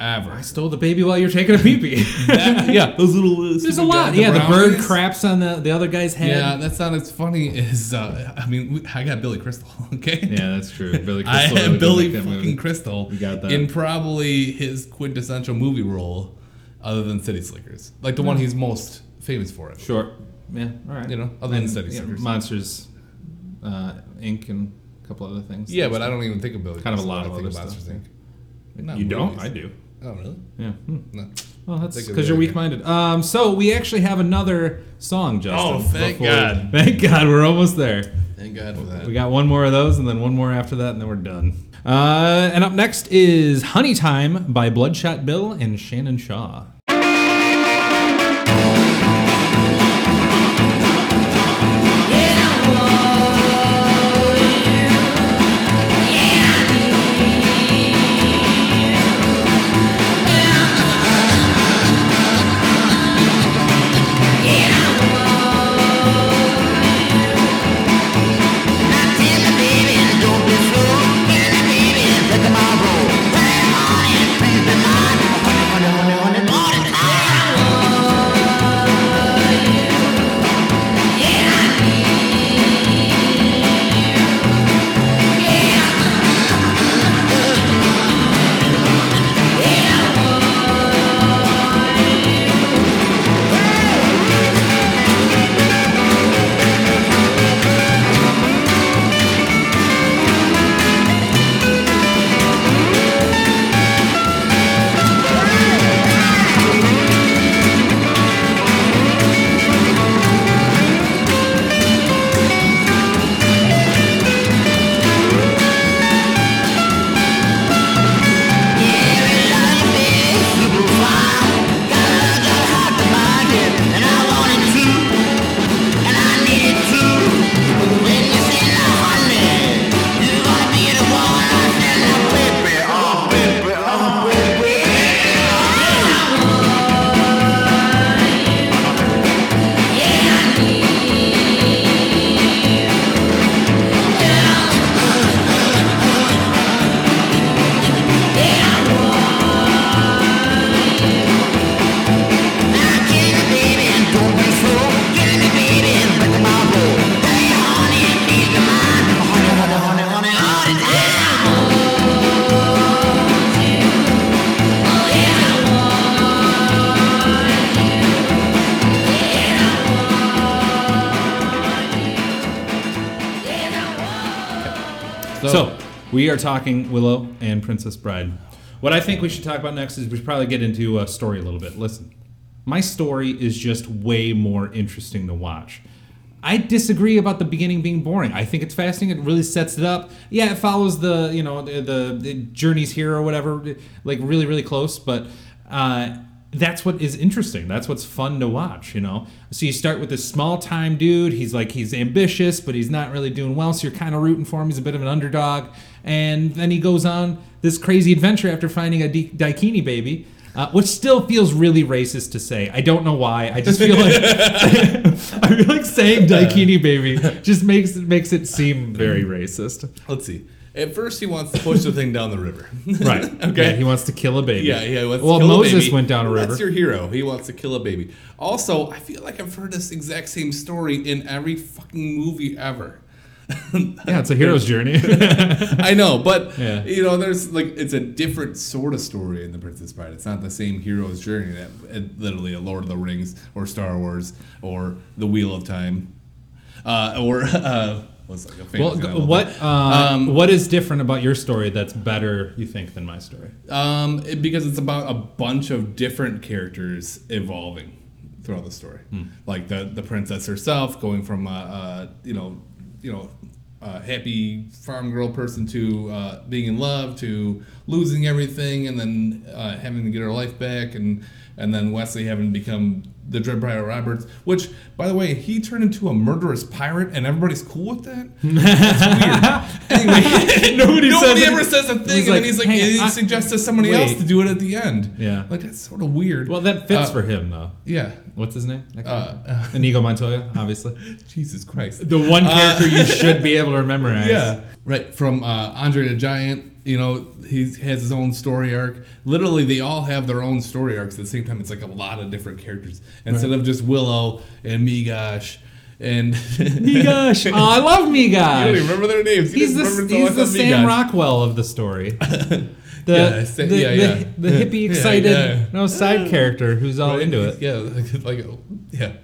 [SPEAKER 2] ever.
[SPEAKER 1] I stole the baby while you're taking a pee pee.
[SPEAKER 2] That- yeah, those little. Uh,
[SPEAKER 1] There's a lot. yeah, the bird craps on the, the other guy's head.
[SPEAKER 2] Yeah, that's not as funny as. Uh, I mean, we- I got Billy Crystal. Okay.
[SPEAKER 1] Yeah, that's true. Billy
[SPEAKER 2] I
[SPEAKER 1] Crystal really
[SPEAKER 2] had
[SPEAKER 1] did
[SPEAKER 2] Billy
[SPEAKER 1] make that movie.
[SPEAKER 2] fucking Crystal
[SPEAKER 1] You got that.
[SPEAKER 2] in probably his quintessential movie role, other than City Slickers, like the one he's most famous for. It.
[SPEAKER 1] Sure. Yeah. All right.
[SPEAKER 2] You know, other than
[SPEAKER 1] And,
[SPEAKER 2] City
[SPEAKER 1] yeah,
[SPEAKER 2] Slickers.
[SPEAKER 1] Monsters, uh, Inc., and a couple other things.
[SPEAKER 2] Yeah, but I don't even think of Billy.
[SPEAKER 1] Kind of a
[SPEAKER 2] Crystal
[SPEAKER 1] lot
[SPEAKER 2] when
[SPEAKER 1] of
[SPEAKER 2] I think
[SPEAKER 1] other
[SPEAKER 2] Monsters,
[SPEAKER 1] stuff.
[SPEAKER 2] Inc. Not
[SPEAKER 1] you don't?
[SPEAKER 2] movies.
[SPEAKER 1] I do.
[SPEAKER 2] Oh really?
[SPEAKER 1] Yeah. Hmm.
[SPEAKER 2] No.
[SPEAKER 1] Well, that's
[SPEAKER 2] Think
[SPEAKER 1] because
[SPEAKER 2] of the
[SPEAKER 1] you're
[SPEAKER 2] other
[SPEAKER 1] weak minded. Um, so we actually have another song, Justin.
[SPEAKER 2] Oh, thank
[SPEAKER 1] before-
[SPEAKER 2] God.
[SPEAKER 1] Thank God. We're almost there.
[SPEAKER 2] Thank God for that.
[SPEAKER 1] We got one more of those, and then one more after that, and then we're done. Uh, and up next is Honey Time by Bloodshot Bill and Shannon Shaw.
[SPEAKER 3] I
[SPEAKER 1] So, we are talking Willow and Princess Bride. What I think we should talk about next is we should probably get into a story a little bit. Listen, my story is just way more interesting to watch. I disagree about the beginning being boring. I think it's fascinating. It really sets it up. Yeah, it follows the you know the, the, the journeys here or whatever, like really really close. But uh, that's what is interesting. That's what's fun to watch, you know. So you start with this small time dude. He's like he's ambitious, but he's not really doing well. So you're kind of rooting for him. He's a bit of an underdog, and then he goes on this crazy adventure after finding a di- daikini baby, uh, which still feels really racist to say. I don't know why. I just feel like I feel like saying daikini baby just makes it makes it seem very
[SPEAKER 2] Mm-hmm.
[SPEAKER 1] racist.
[SPEAKER 2] Let's see. At first, he wants to push the thing down the river.
[SPEAKER 1] Right.
[SPEAKER 2] Okay.
[SPEAKER 1] Yeah, he wants to kill a baby.
[SPEAKER 2] Yeah, yeah. he wants to
[SPEAKER 1] Well,
[SPEAKER 2] kill
[SPEAKER 1] Moses
[SPEAKER 2] baby.
[SPEAKER 1] went down a river.
[SPEAKER 2] That's your hero. He wants to kill a baby. Also, I feel like I've heard this exact same story in every fucking movie ever.
[SPEAKER 1] yeah, it's a hero's journey.
[SPEAKER 2] I know, but
[SPEAKER 1] Yeah.
[SPEAKER 2] you know, there's like it's a different sort of story in The Princess Bride. It's not the same hero's journey that uh, literally a Lord of the Rings or Star Wars or The Wheel of Time uh, or uh, what's like a
[SPEAKER 1] Well,
[SPEAKER 2] fantasy
[SPEAKER 1] g-
[SPEAKER 2] novel.
[SPEAKER 1] what uh, what is different about your story that's better, you think, than my story?
[SPEAKER 2] Um, it- because it's about a bunch of different characters evolving throughout the story, like the the princess herself going from a, a you know you know a happy farm girl person to uh, being in love to losing everything and then uh, having to get her life back and and then Wesley having become the Dreadbriar Roberts, which by the way he turned into a murderous pirate and everybody's cool with that. That's weird. Anyway,
[SPEAKER 1] Nobody says it.
[SPEAKER 2] ever says a thing, and then
[SPEAKER 1] like,
[SPEAKER 2] he's like,
[SPEAKER 1] "Hey,
[SPEAKER 2] he
[SPEAKER 1] I-
[SPEAKER 2] suggests to somebody
[SPEAKER 1] Wait.
[SPEAKER 2] else to do it at the end.
[SPEAKER 1] Yeah.
[SPEAKER 2] like that's sort of weird.
[SPEAKER 1] Well, that fits
[SPEAKER 2] Uh,
[SPEAKER 1] for him, though.
[SPEAKER 2] yeah.
[SPEAKER 1] What's his name? That guy?
[SPEAKER 2] uh,
[SPEAKER 1] Inigo Montoya, obviously. Uh,
[SPEAKER 2] Jesus Christ. Uh,
[SPEAKER 1] The one character you should be able to memorize.
[SPEAKER 2] Yeah. Right. From uh, Andre the Giant, you know, he has his own story arc. Literally, they all have their own story arcs at the same time. It's like a lot of different characters instead of just Willow and Migosh and.
[SPEAKER 1] Migosh. Oh, I love
[SPEAKER 2] I don't even
[SPEAKER 1] Migosh.
[SPEAKER 2] remember their names. You
[SPEAKER 1] He's
[SPEAKER 2] just
[SPEAKER 1] the,
[SPEAKER 2] remember
[SPEAKER 1] he's
[SPEAKER 2] someone
[SPEAKER 1] the
[SPEAKER 2] said
[SPEAKER 1] Sam
[SPEAKER 2] Migosh.
[SPEAKER 1] Rockwell of the story. The,
[SPEAKER 2] Yeah, Sa-
[SPEAKER 1] the,
[SPEAKER 2] yeah,
[SPEAKER 1] the-
[SPEAKER 2] yeah.
[SPEAKER 1] the hippie
[SPEAKER 2] Yeah,
[SPEAKER 1] excited
[SPEAKER 2] yeah.
[SPEAKER 1] no side character who's all into it.
[SPEAKER 2] Yeah, like, like oh, yeah, a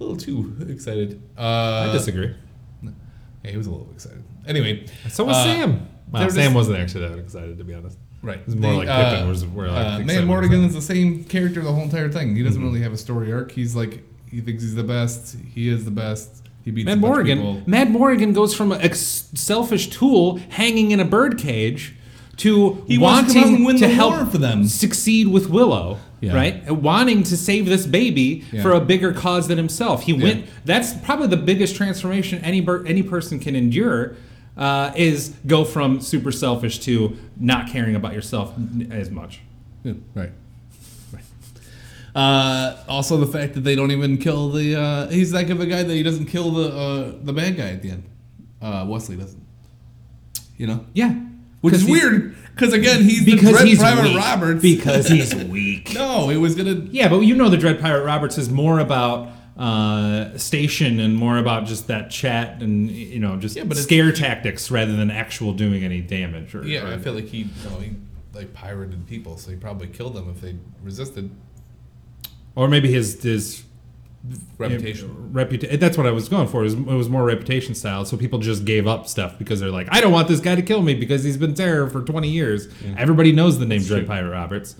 [SPEAKER 2] little too excited. Uh,
[SPEAKER 1] I disagree.
[SPEAKER 2] Yeah, he was a little excited. Anyway,
[SPEAKER 1] So was
[SPEAKER 2] uh,
[SPEAKER 1] Sam. Well,
[SPEAKER 2] they're
[SPEAKER 1] Sam
[SPEAKER 2] just-
[SPEAKER 1] wasn't actually that excited, to be honest.
[SPEAKER 2] Right.
[SPEAKER 1] It's more like Pippin,
[SPEAKER 2] uh,
[SPEAKER 1] whereas we're like
[SPEAKER 2] uh,
[SPEAKER 1] excited
[SPEAKER 2] Man
[SPEAKER 1] about
[SPEAKER 2] Mortigan
[SPEAKER 1] that.
[SPEAKER 2] is the same character the whole entire thing. He
[SPEAKER 1] Mm-hmm.
[SPEAKER 2] doesn't really have a story arc. He's like he thinks he's the best. He is the best. He beats
[SPEAKER 1] Matt
[SPEAKER 2] a bunch of
[SPEAKER 1] Morgan.
[SPEAKER 2] people.
[SPEAKER 1] Matt Morgan goes from a ex- selfish tool hanging in a birdcage to
[SPEAKER 2] He wants to come out
[SPEAKER 1] wanting
[SPEAKER 2] and win
[SPEAKER 1] to
[SPEAKER 2] the
[SPEAKER 1] help
[SPEAKER 2] war for them.
[SPEAKER 1] succeed with Willow,
[SPEAKER 2] Yeah.
[SPEAKER 1] right? Wanting to save this baby
[SPEAKER 2] Yeah.
[SPEAKER 1] for a bigger cause than himself. He went. That's probably the biggest transformation any bir- any person can endure. Uh, is go from super selfish to not caring about yourself n- as much.
[SPEAKER 2] Yeah, right. Right. Uh, also, the fact that they don't even kill the uh, he's that kind of a guy that he doesn't kill the uh, the bad guy at the end. Uh, Wesley doesn't. You know,
[SPEAKER 1] Yeah,
[SPEAKER 2] which is
[SPEAKER 1] 'Cause he-
[SPEAKER 2] weird because again he's the
[SPEAKER 1] because
[SPEAKER 2] Dread
[SPEAKER 1] he's
[SPEAKER 2] Private
[SPEAKER 1] weak.
[SPEAKER 2] Roberts.
[SPEAKER 1] Because he's weak.
[SPEAKER 2] no, it was gonna
[SPEAKER 1] Yeah, but you know the Dread Pirate Roberts is more about uh, station and more about just that chat and you know just
[SPEAKER 2] Yeah, but it's-
[SPEAKER 1] scare tactics rather than actual doing any damage. Or,
[SPEAKER 2] Yeah, I
[SPEAKER 1] or-
[SPEAKER 2] feel like he, you know, he like pirated people, so he probably killed them if they resisted.
[SPEAKER 1] or maybe his his
[SPEAKER 2] Reputation.
[SPEAKER 1] reputation. That's what I was going for. Is it was more reputation style, so people just gave up stuff because they're like, I don't want this guy to kill me because he's been terror for 20 years. Everybody knows the name Dread
[SPEAKER 2] true.
[SPEAKER 1] Pirate Roberts.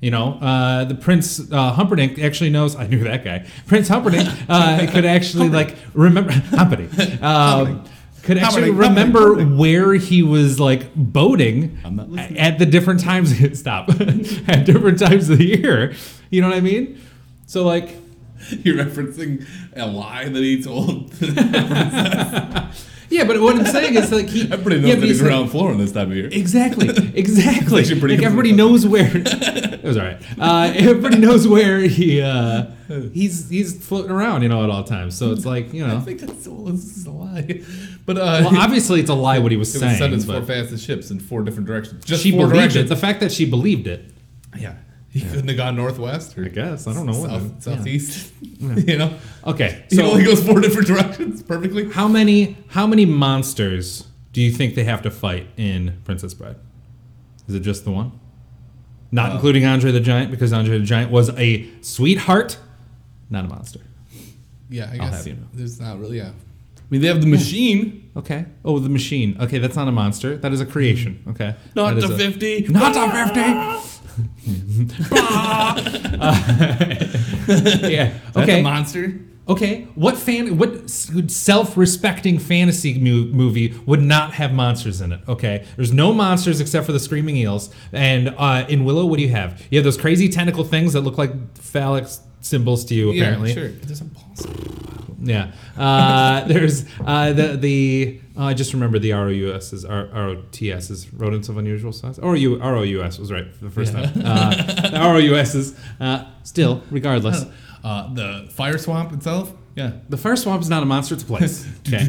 [SPEAKER 1] You know, uh, the Prince uh, Humperdinck actually knows. I knew that guy. Prince Humperdinck uh, could actually like remember Humperdinck. Um, could actually
[SPEAKER 2] Humperdinck,
[SPEAKER 1] remember where he was like boating
[SPEAKER 2] I'm not listening.
[SPEAKER 1] at the different times. Stop at different times of the year. You know what I mean? So like,
[SPEAKER 2] You're referencing a lie that he told. I
[SPEAKER 1] Yeah, but what I'm saying is like he.
[SPEAKER 2] pretty know
[SPEAKER 1] yeah,
[SPEAKER 2] that
[SPEAKER 1] but
[SPEAKER 2] he's
[SPEAKER 1] like-
[SPEAKER 2] around Florida this time of year.
[SPEAKER 1] Exactly, exactly.
[SPEAKER 2] Actually pretty
[SPEAKER 1] like
[SPEAKER 2] good.
[SPEAKER 1] everybody knows where. it was all right. Uh, everybody knows where he uh, he's he's floating around, you know, at all times. So it's like you
[SPEAKER 2] I
[SPEAKER 1] know.
[SPEAKER 2] think that's all. This is a lie. But uh,
[SPEAKER 1] Well, obviously it's a lie what he was
[SPEAKER 2] it
[SPEAKER 1] saying.
[SPEAKER 2] was sent as four
[SPEAKER 1] but
[SPEAKER 2] fastest ships in four different directions. Just
[SPEAKER 1] she
[SPEAKER 2] four
[SPEAKER 1] believed
[SPEAKER 2] directions.
[SPEAKER 1] it. The fact that she believed it.
[SPEAKER 2] yeah, he couldn't have gone northwest or
[SPEAKER 1] I guess I don't know what.
[SPEAKER 2] south,
[SPEAKER 1] yeah.
[SPEAKER 2] southeast. you know,
[SPEAKER 1] Okay,
[SPEAKER 2] he
[SPEAKER 1] so
[SPEAKER 2] only goes four different directions perfectly.
[SPEAKER 1] how many how many monsters do you think they have to fight in Princess Bride? Is it just the one? Not including Andre the Giant because Andre the Giant was a sweetheart, not a monster.
[SPEAKER 2] Yeah, I
[SPEAKER 1] I'll
[SPEAKER 2] guess
[SPEAKER 1] have you know.
[SPEAKER 2] there's not really. Yeah, mean, they have the machine.
[SPEAKER 1] Okay. Oh, the machine. Okay, that's not a monster. That is a creation. Okay.
[SPEAKER 2] Not
[SPEAKER 1] That
[SPEAKER 2] the
[SPEAKER 1] is a-
[SPEAKER 2] 50.
[SPEAKER 1] Not a 50. yeah.
[SPEAKER 2] That's
[SPEAKER 1] Okay.
[SPEAKER 2] a monster.
[SPEAKER 1] okay. What fan? What s- self-respecting fantasy mu- movie would not have monsters in it? Okay. There's no monsters except for the screaming eels. And uh, in Willow, what do you have? You have those crazy tentacle things that look like phallic symbols to you. Apparently.
[SPEAKER 2] Yeah, sure. But there's a monster.
[SPEAKER 1] Yeah. Uh, there's uh, the the oh, I just remember the ROUS is R- ROTS is rodents of unusual size. Or you ROUS was right for the first time. Uh, the ROUS is uh, still regardless.
[SPEAKER 2] Uh, the fire swamp itself. Yeah.
[SPEAKER 1] The fire swamp is not a monster; it's a place. Okay.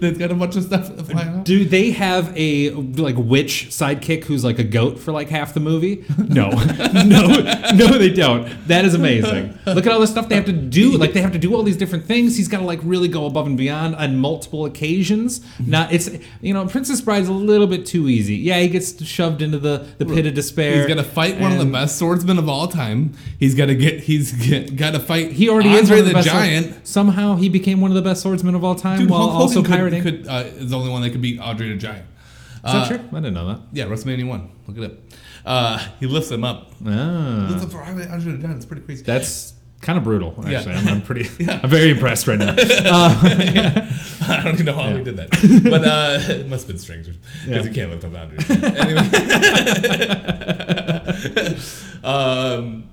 [SPEAKER 2] They've got a bunch of stuff flying up.
[SPEAKER 1] Do they have a like witch sidekick who's like a goat for like half the movie? No, no, no, they don't. That is amazing. Look at all the stuff they have to do. Like they have to do all these different things. He's got to like really go above and beyond on multiple occasions. Not it's you know Princess Bride's a little bit too easy. Yeah, he gets shoved into the the pit of despair.
[SPEAKER 2] He's gonna fight one of the
[SPEAKER 1] and-
[SPEAKER 2] best swordsmen of all time. He's gotta get. He's get, gotta fight.
[SPEAKER 1] He already is
[SPEAKER 2] Andre
[SPEAKER 1] one of the,
[SPEAKER 2] the,
[SPEAKER 1] best sword-
[SPEAKER 2] Giant.
[SPEAKER 1] somehow he became one of the best swordsmen of all time
[SPEAKER 2] Dude,
[SPEAKER 1] while
[SPEAKER 2] Hulk Hogan
[SPEAKER 1] also
[SPEAKER 2] could-
[SPEAKER 1] pirating.
[SPEAKER 2] could, uh, is the only one that could beat Andre the Giant. Uh,
[SPEAKER 1] is that true? I didn't know that.
[SPEAKER 2] Yeah, WrestleMania one. Look it up. Uh, he lifts him up.
[SPEAKER 1] Ah.
[SPEAKER 2] Lifts up for Andre the Giant. It's pretty crazy.
[SPEAKER 1] That's kind of brutal, actually.
[SPEAKER 2] Yeah.
[SPEAKER 1] I'm, I'm pretty,
[SPEAKER 2] Yeah.
[SPEAKER 1] I'm very impressed right now.
[SPEAKER 2] I don't even know how we did that, but uh, it must have been strangers
[SPEAKER 1] Yeah.
[SPEAKER 2] because you can't lift up Andre. anyway. um,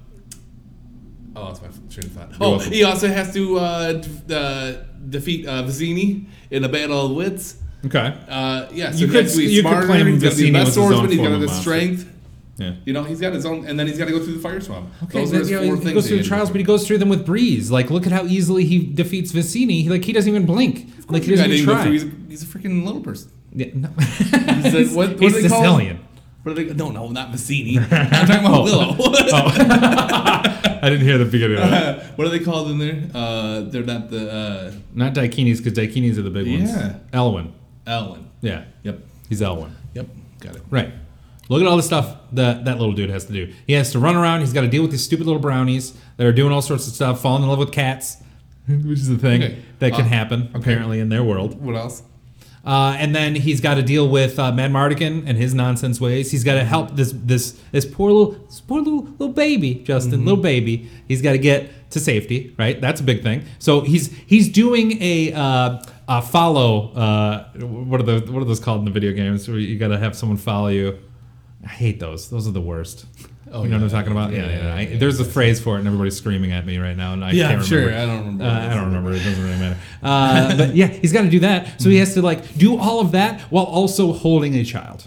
[SPEAKER 2] oh, that's my train of thought. Oh,
[SPEAKER 1] welcome.
[SPEAKER 2] he also has to uh, d- uh, defeat uh, Vizzini in a battle of wits.
[SPEAKER 1] okay.
[SPEAKER 2] Uh, yeah, so
[SPEAKER 1] You
[SPEAKER 2] he
[SPEAKER 1] could-
[SPEAKER 2] has to be
[SPEAKER 1] you could
[SPEAKER 2] smarter,
[SPEAKER 1] claim
[SPEAKER 2] he's got
[SPEAKER 1] Vizzini
[SPEAKER 2] the
[SPEAKER 1] was
[SPEAKER 2] best
[SPEAKER 1] his own
[SPEAKER 2] swordsman, he's
[SPEAKER 1] form
[SPEAKER 2] got
[SPEAKER 1] of
[SPEAKER 2] the
[SPEAKER 1] monster.
[SPEAKER 2] strength.
[SPEAKER 1] Yeah.
[SPEAKER 2] You know, he's got his own, and then he's got to go through the fire swamp.
[SPEAKER 1] Okay,
[SPEAKER 2] Those
[SPEAKER 1] then,
[SPEAKER 2] are his
[SPEAKER 1] you know,
[SPEAKER 2] four
[SPEAKER 1] he
[SPEAKER 2] things.
[SPEAKER 1] goes through the
[SPEAKER 2] he had to
[SPEAKER 1] trials,
[SPEAKER 2] do.
[SPEAKER 1] but he goes through them with breeze. Like, look at how easily he defeats Vicini. He, like, he doesn't even blink. Like, he
[SPEAKER 2] That guy
[SPEAKER 1] doesn't even
[SPEAKER 2] didn't go
[SPEAKER 1] try.
[SPEAKER 2] through, He's, he's a freaking little person.
[SPEAKER 1] Yeah, no.
[SPEAKER 2] He's like, what, what
[SPEAKER 1] He's
[SPEAKER 2] do they call him?
[SPEAKER 1] Sicilian.
[SPEAKER 2] What are they, no, no, not Vicini. I'm talking
[SPEAKER 1] Oh.
[SPEAKER 2] about Willow.
[SPEAKER 1] I didn't hear the beginning of that.
[SPEAKER 2] what are they called in there? Uh, they're not the uh,
[SPEAKER 1] Not Daikinis, because Daikinis are the big ones.
[SPEAKER 2] Yeah.
[SPEAKER 1] Elwin.
[SPEAKER 2] Allen.
[SPEAKER 1] Yeah.
[SPEAKER 2] Yep.
[SPEAKER 1] He's Elwin.
[SPEAKER 2] Yep. Got it.
[SPEAKER 1] Right. Look at all the stuff that that little dude has to do. He has to run around. He's got to deal with these stupid little brownies that are doing all sorts of stuff, falling in love with cats, which is a thing
[SPEAKER 2] Okay.
[SPEAKER 1] that can
[SPEAKER 2] Uh,
[SPEAKER 1] happen apparently in their world.
[SPEAKER 2] What else?
[SPEAKER 1] Uh, and then he's got to deal with uh, Mad Mardigan and his nonsense ways. He's got to help this this this poor little this poor little little baby Justin, little baby. He's got to get to safety. Right, that's a big thing. So he's he's doing a. Uh, uh, follow. Uh, what are the what are those called in the video games? Where you got to have someone follow you. I hate those. Those are the worst. Oh, you know what I'm talking about? Yeah, yeah. yeah. I- There's a phrase for it, and everybody's screaming at me right now, and I
[SPEAKER 2] Yeah,
[SPEAKER 1] can't
[SPEAKER 2] I'm sure.
[SPEAKER 1] remember.
[SPEAKER 2] I don't remember.
[SPEAKER 1] Uh, I don't remember. It doesn't really matter. Uh, but yeah, he's got to do that. So he has to like do all of that while also holding a child.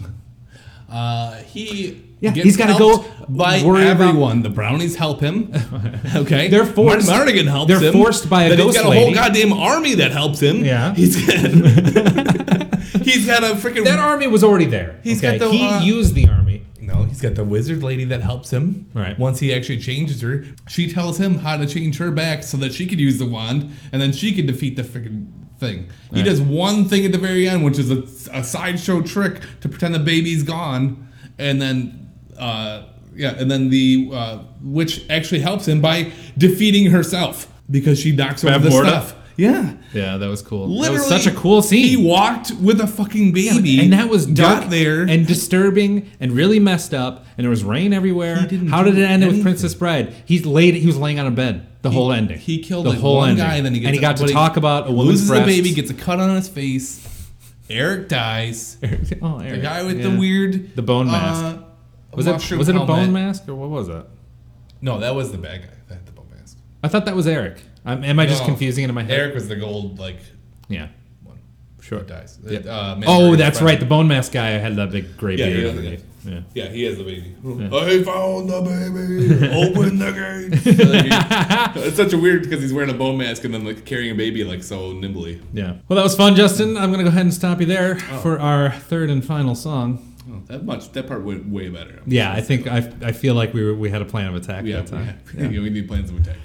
[SPEAKER 2] Uh, he.
[SPEAKER 1] Yeah,
[SPEAKER 2] gets
[SPEAKER 1] he's gotta go
[SPEAKER 2] helped by
[SPEAKER 1] worry about-
[SPEAKER 2] everyone. the brownies help him. Okay,
[SPEAKER 1] They're forced-
[SPEAKER 2] Martin Mardigan helps
[SPEAKER 1] they're
[SPEAKER 2] him.
[SPEAKER 1] forced by a
[SPEAKER 2] Then
[SPEAKER 1] ghost
[SPEAKER 2] He's got a
[SPEAKER 1] lady.
[SPEAKER 2] whole goddamn army that helps him.
[SPEAKER 1] Yeah.
[SPEAKER 2] he's got, he's got a freaking
[SPEAKER 1] That army was already there.
[SPEAKER 2] He's
[SPEAKER 1] okay?
[SPEAKER 2] got the,
[SPEAKER 1] he
[SPEAKER 2] uh,
[SPEAKER 1] used the army.
[SPEAKER 2] No, he's got the wizard lady that helps him.
[SPEAKER 1] Right.
[SPEAKER 2] Once he actually changes her, she tells him how to change her back so that she could use the wand and then she could defeat the freaking thing. He
[SPEAKER 1] Right.
[SPEAKER 2] does one thing at the very end, which is a, a sideshow trick to pretend the baby's gone, and then, uh, yeah, and then the uh, witch actually helps him by defeating herself because she knocks over
[SPEAKER 1] Bab
[SPEAKER 2] the
[SPEAKER 1] Morda?
[SPEAKER 2] stuff. Yeah.
[SPEAKER 1] Yeah, that was cool.
[SPEAKER 2] Literally,
[SPEAKER 1] that was such a cool scene.
[SPEAKER 2] He walked with a fucking baby,
[SPEAKER 1] and that was dark
[SPEAKER 2] got there,
[SPEAKER 1] and disturbing and really messed up. And there was rain everywhere.
[SPEAKER 2] didn't
[SPEAKER 1] How did
[SPEAKER 2] do
[SPEAKER 1] it end with
[SPEAKER 2] anything.
[SPEAKER 1] Princess Bride? He's laid. He was laying on a bed. The whole ending.
[SPEAKER 2] he killed
[SPEAKER 1] the
[SPEAKER 2] like,
[SPEAKER 1] whole
[SPEAKER 2] one
[SPEAKER 1] ending.
[SPEAKER 2] guy, then he gets
[SPEAKER 1] and he
[SPEAKER 2] up,
[SPEAKER 1] got to
[SPEAKER 2] but he
[SPEAKER 1] talk about a woman's
[SPEAKER 2] loses the
[SPEAKER 1] breasts.
[SPEAKER 2] baby, gets a cut on his face. Eric dies.
[SPEAKER 1] oh, Eric.
[SPEAKER 2] The guy with
[SPEAKER 1] Yeah.
[SPEAKER 2] the weird
[SPEAKER 1] The bone
[SPEAKER 2] uh,
[SPEAKER 1] mask. Was it
[SPEAKER 2] mushroom
[SPEAKER 1] was it a
[SPEAKER 2] helmet.
[SPEAKER 1] bone mask or what was it?
[SPEAKER 2] No, that was the bad guy that had the bone mask.
[SPEAKER 1] I thought that was Eric. Um, am I just
[SPEAKER 2] No.
[SPEAKER 1] confusing it in my head?
[SPEAKER 2] Eric was the gold like
[SPEAKER 1] Yeah.
[SPEAKER 2] one.
[SPEAKER 1] Sure.
[SPEAKER 2] Who dies?
[SPEAKER 1] Yep.
[SPEAKER 2] Uh, man,
[SPEAKER 1] Oh,
[SPEAKER 2] Eric's
[SPEAKER 1] that's
[SPEAKER 2] friend.
[SPEAKER 1] right. The bone mask guy had that big gray
[SPEAKER 2] Yeah,
[SPEAKER 1] beard
[SPEAKER 2] yeah,
[SPEAKER 1] underneath. Yeah.
[SPEAKER 2] Yeah, he has the baby. I found the baby. Open the gate. it's such a weird because he's wearing a bone mask and then like carrying a baby like so nimbly.
[SPEAKER 1] Yeah. Well, that was fun, Justin. I'm gonna go ahead and stop you there for our third and final song.
[SPEAKER 2] Oh, that much. That part went way better.
[SPEAKER 1] Yeah, I think I, I feel like we were, we had a plan of attack
[SPEAKER 2] Yeah,
[SPEAKER 1] that time.
[SPEAKER 2] yeah. we need plans of attack.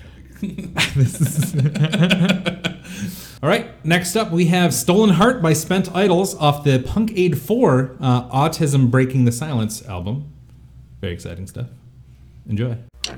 [SPEAKER 1] All right. Next up, we have "Stolen Heart" by Spent Idols off the Punk Aid Four uh, "Autism Breaking the Silence" album. Very exciting stuff. Enjoy.
[SPEAKER 3] Thank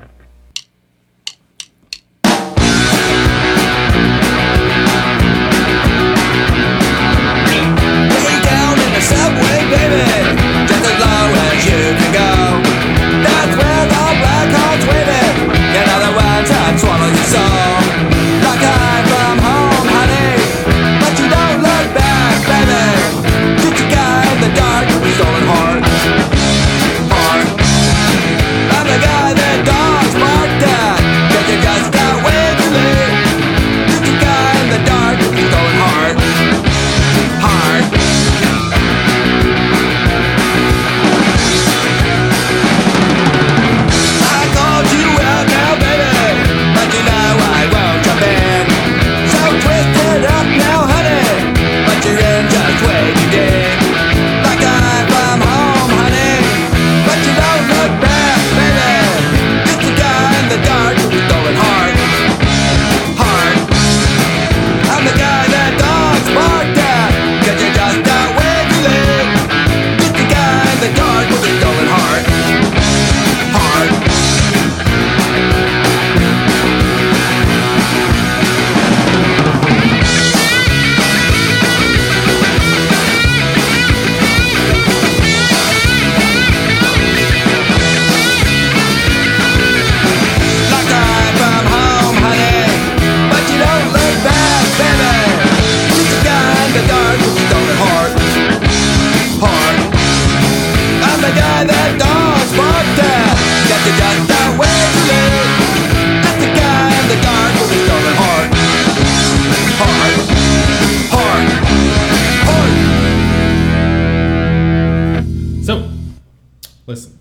[SPEAKER 1] Listen,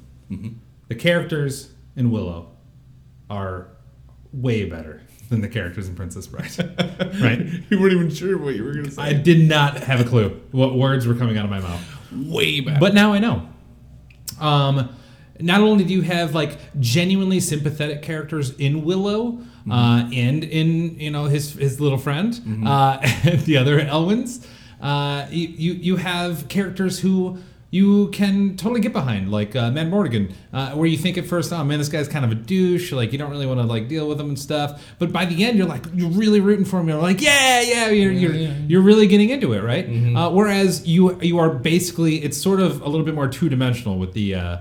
[SPEAKER 1] the characters in Willow are way better than the characters in Princess Bride. right?
[SPEAKER 2] You weren't even sure what you were gonna say.
[SPEAKER 1] I did not have a clue what words were coming out of my mouth.
[SPEAKER 2] Way back.
[SPEAKER 1] But now I know. Um, not only do you have like genuinely sympathetic characters in Willow uh, and in you know his his little friend, uh, and the other Elwins, uh, you, you you have characters who you can totally get behind, like uh, Matt Morgan, uh, where you think at first, oh man, this guy's kind of a douche, like you don't really want to like deal with him and stuff. But by the end, you're like you're really rooting for him. You're like, yeah, yeah, you're you're, you're really getting into it, right? Uh, whereas you you are basically it's sort of a little bit more two dimensional with the. Uh,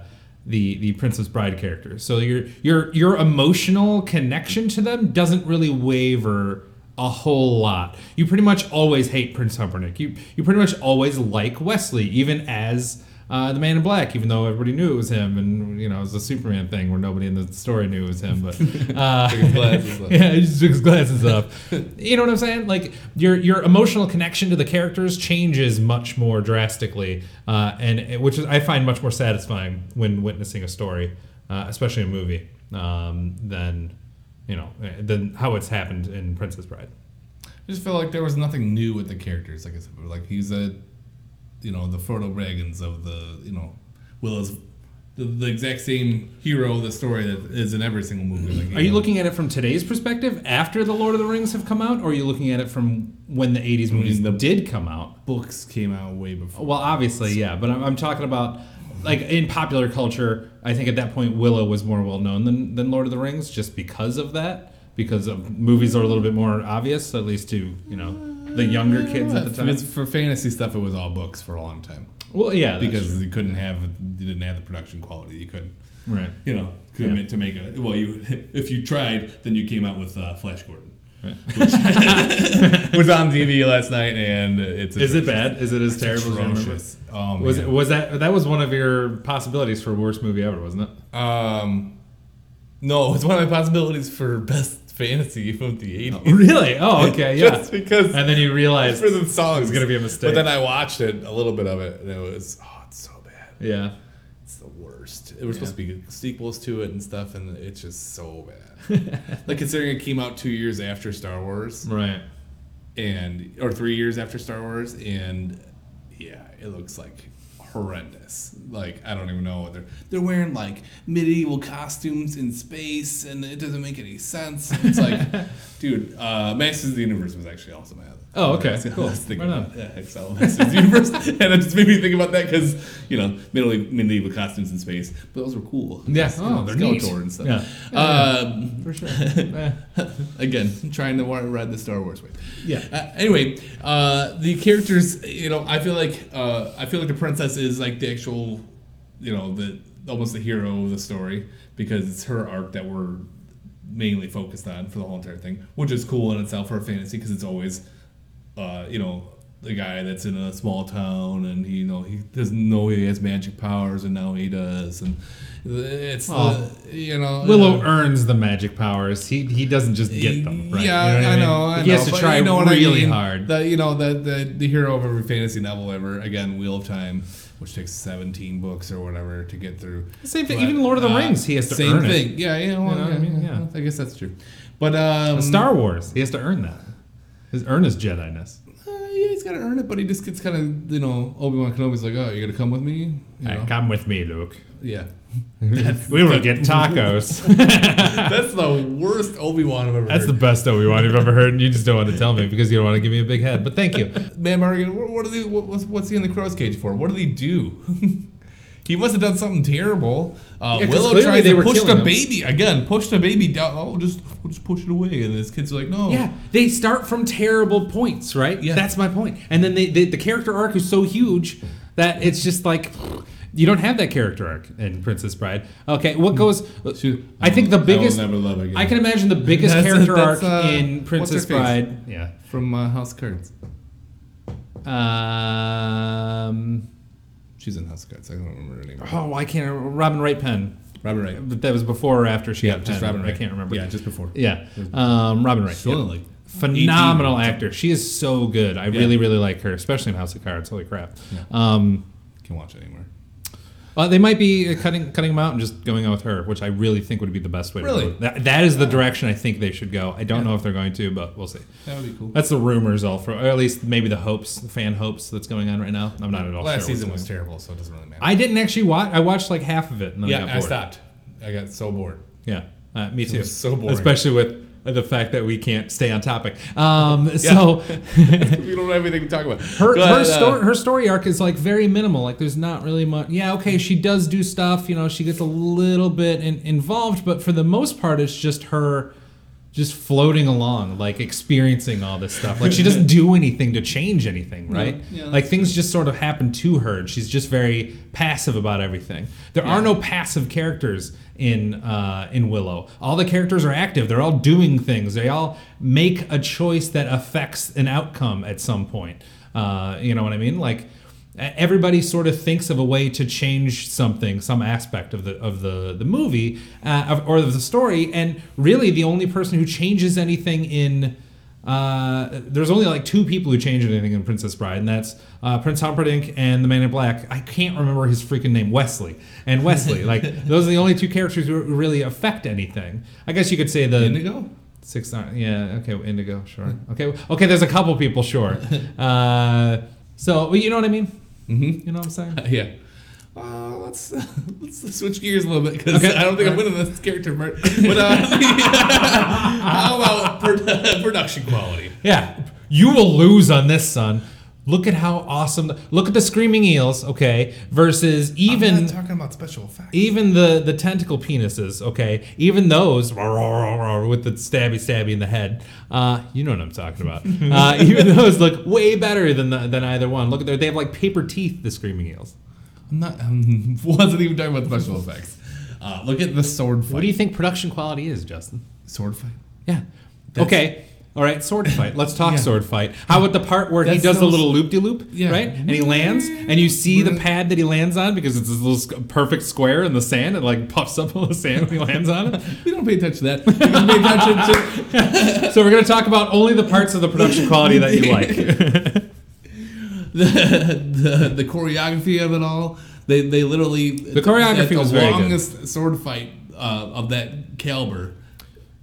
[SPEAKER 1] the the Princess Bride character. So your your your emotional connection to them doesn't really waver a whole lot. You pretty much always hate Prince Humpernick. You you pretty much always like Wesley, even as uh, the Man in Black, even though everybody knew it was him, and you know it was a Superman thing where nobody in the story knew it was him. But uh,
[SPEAKER 2] Took his glasses off.
[SPEAKER 1] yeah, he just took his glasses off. you know what I'm saying? Like your your emotional connection to the characters changes much more drastically, uh, and it- which is I find much more satisfying when witnessing a story, uh, especially a movie, um, than you know eh, than how it's happened in Princess Bride.
[SPEAKER 2] I just felt like there was nothing new with the characters. Like I said, like he's a, you know, the Frodo Dragons of the, you know, Willow's, the, the exact same hero of the story that is in every single movie. Like,
[SPEAKER 1] Are you
[SPEAKER 2] know,
[SPEAKER 1] looking at it from today's perspective after the Lord of the Rings have come out, or are you looking at it from when the '80s movies
[SPEAKER 2] the-
[SPEAKER 1] did come out?
[SPEAKER 2] Books came out way before.
[SPEAKER 1] Well, obviously, yeah, but I'm, I'm talking about like in popular culture. I think at that point, Willow was more well known than than Lord of the Rings, just because of that. Because of, movies are a little bit more obvious, at least to you know the younger kids at the
[SPEAKER 2] I mean,
[SPEAKER 1] time.
[SPEAKER 2] it's- for fantasy stuff, it was all books for a long time
[SPEAKER 1] Well, yeah, that's
[SPEAKER 2] because
[SPEAKER 1] true.
[SPEAKER 2] you couldn't have you didn't have the production quality. You couldn't,
[SPEAKER 1] right.
[SPEAKER 2] you know, commit to make a well. You if you tried, then you came out with uh, Flash Gordon, which was on TV last night, and it's
[SPEAKER 1] Is it bad? Is it as terrible as I remember?
[SPEAKER 2] atrocious. Oh,
[SPEAKER 1] Was
[SPEAKER 2] man.
[SPEAKER 1] it, was that that was one of your possibilities for worst movie ever, wasn't it?
[SPEAKER 2] Um, no, it's one of my possibilities for best fantasy from the 80s.
[SPEAKER 1] Really? Oh, okay, yeah.
[SPEAKER 2] Just because
[SPEAKER 1] and then you realized,
[SPEAKER 2] for the song
[SPEAKER 1] It's gonna be a mistake.
[SPEAKER 2] But then I watched it, a little bit of it, and it was, oh, it's so bad.
[SPEAKER 1] yeah.
[SPEAKER 2] It's the worst. It was supposed to be sequels to it and stuff, and it's just so bad. like, considering it came out two years after Star Wars,
[SPEAKER 1] Right.
[SPEAKER 2] and or three years after Star Wars, and yeah, it looks like horrendous. Like I don't even know what they're they're wearing like medieval costumes in space, and it doesn't make any sense. It's like, dude, uh, Masters of the Universe was actually also my.
[SPEAKER 1] Oh, okay,
[SPEAKER 2] I was
[SPEAKER 1] cool.
[SPEAKER 2] thinking
[SPEAKER 1] Right on.
[SPEAKER 2] about yeah, Excel Masters of the Universe, and it just made me think about that because you know middle medieval costumes in space, but those were cool.
[SPEAKER 1] Yeah.
[SPEAKER 2] You know,
[SPEAKER 1] Oh, they're neat.
[SPEAKER 2] Skeletor and stuff.
[SPEAKER 1] Yeah.
[SPEAKER 2] Um,
[SPEAKER 1] For sure. Eh.
[SPEAKER 2] Again, I'm trying to wa- ride the Star Wars wave.
[SPEAKER 1] Yeah.
[SPEAKER 2] Uh, anyway, uh, the characters, you know, I feel like uh, I feel like the princess is like the actual, you know, the almost the hero of the story because it's her arc that we're mainly focused on for the whole entire thing, which is cool in itself for a fantasy because it's always, uh, you know, the guy that's in a small town and you know he doesn't know he has magic powers and now he does and it's the-
[SPEAKER 1] Aw.
[SPEAKER 2] you know
[SPEAKER 1] Willow
[SPEAKER 2] uh,
[SPEAKER 1] earns the magic powers. He he doesn't just get them. Right?
[SPEAKER 2] Yeah,
[SPEAKER 1] You
[SPEAKER 2] I
[SPEAKER 1] what
[SPEAKER 2] know.
[SPEAKER 1] mean?
[SPEAKER 2] I
[SPEAKER 1] he
[SPEAKER 2] know,
[SPEAKER 1] has to
[SPEAKER 2] but
[SPEAKER 1] try
[SPEAKER 2] you know what I
[SPEAKER 1] really
[SPEAKER 2] mean.
[SPEAKER 1] hard.
[SPEAKER 2] The, you know, the, the the hero of every fantasy novel ever. Again, Wheel of Time, which takes seventeen books or whatever to get through.
[SPEAKER 1] Same thing.
[SPEAKER 2] But,
[SPEAKER 1] Even Lord of the
[SPEAKER 2] uh,
[SPEAKER 1] Rings, he has to
[SPEAKER 2] Same
[SPEAKER 1] earn it.
[SPEAKER 2] thing. Yeah, you know,
[SPEAKER 1] know what
[SPEAKER 2] yeah,
[SPEAKER 1] I mean?
[SPEAKER 2] yeah,
[SPEAKER 1] Yeah.
[SPEAKER 2] I guess that's true. But um,
[SPEAKER 1] Star Wars, he has to earn that. His earn his Jedi-ness.
[SPEAKER 2] uh, yeah, he's got to earn it, but he just gets kind of you know Obi Wan Kenobi's like, oh, you're gonna come with me. You
[SPEAKER 1] Hey,
[SPEAKER 2] know?
[SPEAKER 1] come with me, Luke.
[SPEAKER 2] Yeah,
[SPEAKER 1] we will get tacos.
[SPEAKER 2] that's the worst Obi Wan I've ever.
[SPEAKER 1] That's the
[SPEAKER 2] heard.
[SPEAKER 1] best Obi Wan you've ever heard, and you just don't want to tell me because you don't want to give me a big head. But thank you.
[SPEAKER 2] man, Morgan. What, what are they, what, what's, what's he in the crow's cage for? What did he do? he must have done something terrible. Uh,
[SPEAKER 1] Yeah, 'cause
[SPEAKER 2] Willow
[SPEAKER 1] clearly
[SPEAKER 2] tried
[SPEAKER 1] they
[SPEAKER 2] to
[SPEAKER 1] were
[SPEAKER 2] push
[SPEAKER 1] killing
[SPEAKER 2] the
[SPEAKER 1] him.
[SPEAKER 2] baby again. Push the baby down. Oh, just we'll just push it away. And his kids are like, no.
[SPEAKER 1] Yeah, they start from terrible points, right?
[SPEAKER 2] Oh. Yeah.
[SPEAKER 1] That's my point. And then they, they, the character arc is so huge that it's just like you don't have that character arc in Princess Bride. Okay, what goes?
[SPEAKER 2] She-
[SPEAKER 1] I think the
[SPEAKER 2] Hmm. will
[SPEAKER 1] biggest.
[SPEAKER 2] never love again.
[SPEAKER 1] I can imagine the biggest
[SPEAKER 2] That's-
[SPEAKER 1] character
[SPEAKER 2] that's,
[SPEAKER 1] arc
[SPEAKER 2] uh,
[SPEAKER 1] in
[SPEAKER 2] what's
[SPEAKER 1] Princess
[SPEAKER 2] her face?
[SPEAKER 1] Bride. Yeah.
[SPEAKER 2] from uh, House of Cards.
[SPEAKER 1] Um.
[SPEAKER 2] She's in House of Cards. I don't remember her name.
[SPEAKER 1] Oh, I can't. Robin Wright Penn.
[SPEAKER 2] Robin Wright.
[SPEAKER 1] But that was before or after she got
[SPEAKER 2] just
[SPEAKER 1] Penn.
[SPEAKER 2] Robin Wright.
[SPEAKER 1] I can't remember.
[SPEAKER 2] Yeah, just before.
[SPEAKER 1] Yeah. Um, Robin Wright.
[SPEAKER 2] She's only
[SPEAKER 1] yeah.
[SPEAKER 2] like
[SPEAKER 1] phenomenal
[SPEAKER 2] 18.
[SPEAKER 1] actor. She is so good. I really, really like her, especially in House of Cards. Holy crap. Um,
[SPEAKER 2] Can't watch it anymore.
[SPEAKER 1] Uh, they might be cutting cutting him out and just going out with her, which I really think would be the best way.
[SPEAKER 2] Really?
[SPEAKER 1] to go. That, that is the direction I think they should go. I don't know if they're going to, but we'll see.
[SPEAKER 2] That would be cool.
[SPEAKER 1] That's the rumors, all for, or at least maybe the hopes, the fan hopes that's going on right now. I'm not at all.
[SPEAKER 2] Last
[SPEAKER 1] sure
[SPEAKER 2] season
[SPEAKER 1] what's
[SPEAKER 2] was
[SPEAKER 1] going
[SPEAKER 2] terrible, so it doesn't really matter.
[SPEAKER 1] on. I didn't actually watch. I watched like half of it. And then I,
[SPEAKER 2] yeah,
[SPEAKER 1] got
[SPEAKER 2] I
[SPEAKER 1] bored.
[SPEAKER 2] stopped. I got so bored.
[SPEAKER 1] Yeah, uh, me too.
[SPEAKER 2] was so boring.
[SPEAKER 1] especially with the fact that we can't stay on topic. Um, so
[SPEAKER 2] we don't have anything to talk about.
[SPEAKER 1] her
[SPEAKER 2] But,
[SPEAKER 1] her,
[SPEAKER 2] uh,
[SPEAKER 1] story, her story arc is like very minimal. Like there's not really much. Yeah, okay, she does do stuff. You know, she gets a little bit in, involved, but for the most part, it's just her just floating along, like experiencing all this stuff. Like she doesn't do anything to change anything, right?
[SPEAKER 2] yeah,
[SPEAKER 1] like
[SPEAKER 2] that's
[SPEAKER 1] things just sort of happen to her. and She's just very passive about everything. There are no passive characters in uh, in Willow. All the characters are active. They're all doing things. They all make a choice that affects an outcome at some point. Uh, you know what I mean? Like e- everybody sort of thinks of a way to change something, some aspect of the of the the movie uh, of, or of the story. And really, the only person who changes anything in uh, there's only like two people who change anything in Princess Bride, and that's uh, Prince Humperdinck and the Man in Black. I can't remember his freaking name, Wesley. And Wesley, like those are the only two characters who really affect anything. I guess you could say the
[SPEAKER 2] Indigo?
[SPEAKER 1] Six nine. Yeah. Okay. Indigo. Sure. Okay. Okay. There's a couple people. Sure. Uh, so well, you know what I mean. Mm-hmm. You know what I'm saying.
[SPEAKER 2] Yeah. Uh, let's let's switch gears a little bit because
[SPEAKER 1] Okay.
[SPEAKER 2] I don't think I'm winning this character part. But uh, how about pro- production quality?
[SPEAKER 1] Yeah, you will lose on this, son. Look at how awesome. The, look at the screaming eels. Okay, versus even
[SPEAKER 2] talking about special effects.
[SPEAKER 1] even the the tentacle penises okay even those with the stabby stabby in the head uh, you know what i'm talking about uh, even those look way better than the, than either one look at their they have like paper teeth the screaming eels
[SPEAKER 2] I'm not um, wasn't even talking about special effects. Uh, look at the sword fight.
[SPEAKER 1] what do you think production quality is justin
[SPEAKER 2] sword fight?
[SPEAKER 1] yeah okay all right, sword fight. Let's talk
[SPEAKER 2] Yeah.
[SPEAKER 1] sword fight. How about the part where he
[SPEAKER 2] That's
[SPEAKER 1] does the
[SPEAKER 2] those-
[SPEAKER 1] little loop de loop,
[SPEAKER 2] Yeah. Mm-hmm.
[SPEAKER 1] right? And he lands, and you see the pad that he lands on because it's this little sc- perfect square in the sand. It like puffs up on the sand when he lands on it.
[SPEAKER 2] We don't pay attention to that. We don't pay attention to
[SPEAKER 1] So we're going to talk about only the parts of the production quality that you like.
[SPEAKER 2] the, the the choreography of it all. They they literally the
[SPEAKER 1] choreography was very good.
[SPEAKER 2] longest sword fight uh, of that caliber.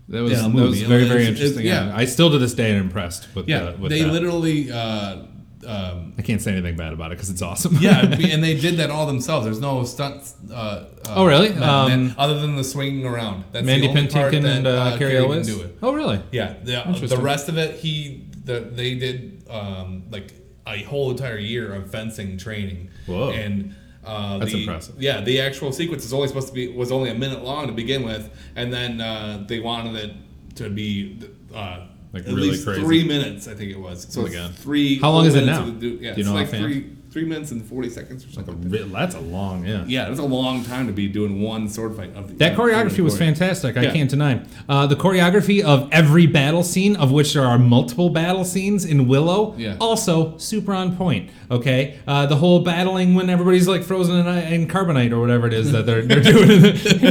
[SPEAKER 1] That was,
[SPEAKER 2] Yeah,
[SPEAKER 1] that
[SPEAKER 2] movie.
[SPEAKER 1] was very, very
[SPEAKER 2] It's-
[SPEAKER 1] interesting.
[SPEAKER 2] it's-
[SPEAKER 1] yeah.
[SPEAKER 2] yeah.
[SPEAKER 1] I still to this day am impressed with,
[SPEAKER 2] Yeah,
[SPEAKER 1] the, with
[SPEAKER 2] they
[SPEAKER 1] that.
[SPEAKER 2] literally. Uh, um,
[SPEAKER 1] I can't say anything bad about it because it's awesome.
[SPEAKER 2] yeah, and they did that all themselves. There's no stunts. Uh, uh,
[SPEAKER 1] Oh, really?
[SPEAKER 2] men- men-
[SPEAKER 1] Um,
[SPEAKER 2] other than the swinging around. That's
[SPEAKER 1] Mandy
[SPEAKER 2] the only part
[SPEAKER 1] Patinkin
[SPEAKER 2] that,
[SPEAKER 1] and uh, Carrie
[SPEAKER 2] can
[SPEAKER 1] Elwes.
[SPEAKER 2] do it.
[SPEAKER 1] Oh, really?
[SPEAKER 2] Yeah, the, the
[SPEAKER 1] Interesting.
[SPEAKER 2] rest of it, he the, they did um, like a whole entire year of fencing training.
[SPEAKER 1] Whoa.
[SPEAKER 2] And uh,
[SPEAKER 1] That's
[SPEAKER 2] the-
[SPEAKER 1] impressive.
[SPEAKER 2] Yeah, the actual sequence is only supposed to be was only a minute long to begin with, and then uh, they wanted it to be uh,
[SPEAKER 1] Like
[SPEAKER 2] at
[SPEAKER 1] really
[SPEAKER 2] least
[SPEAKER 1] crazy.
[SPEAKER 2] three minutes. I think it was. So
[SPEAKER 1] my
[SPEAKER 2] it's
[SPEAKER 1] God.
[SPEAKER 2] three.
[SPEAKER 1] How long
[SPEAKER 2] whole
[SPEAKER 1] is it
[SPEAKER 2] minutes
[SPEAKER 1] now?
[SPEAKER 2] of the- yeah,
[SPEAKER 1] Do you
[SPEAKER 2] it's
[SPEAKER 1] know
[SPEAKER 2] like
[SPEAKER 1] offhand?
[SPEAKER 2] three three minutes and forty seconds or something.
[SPEAKER 1] Re- That's a long, yeah.
[SPEAKER 2] yeah, that's a long time to be doing one sword fight. Of the,
[SPEAKER 1] That choreography was
[SPEAKER 2] Chore-
[SPEAKER 1] fantastic. I
[SPEAKER 2] Yeah.
[SPEAKER 1] can't deny. Uh, the choreography of every battle scene, of which there are multiple battle scenes in Willow,
[SPEAKER 2] Yeah.
[SPEAKER 1] also super on point. Okay, uh, the whole battling when everybody's like frozen in, in carbonite or whatever it is that they're, they're doing,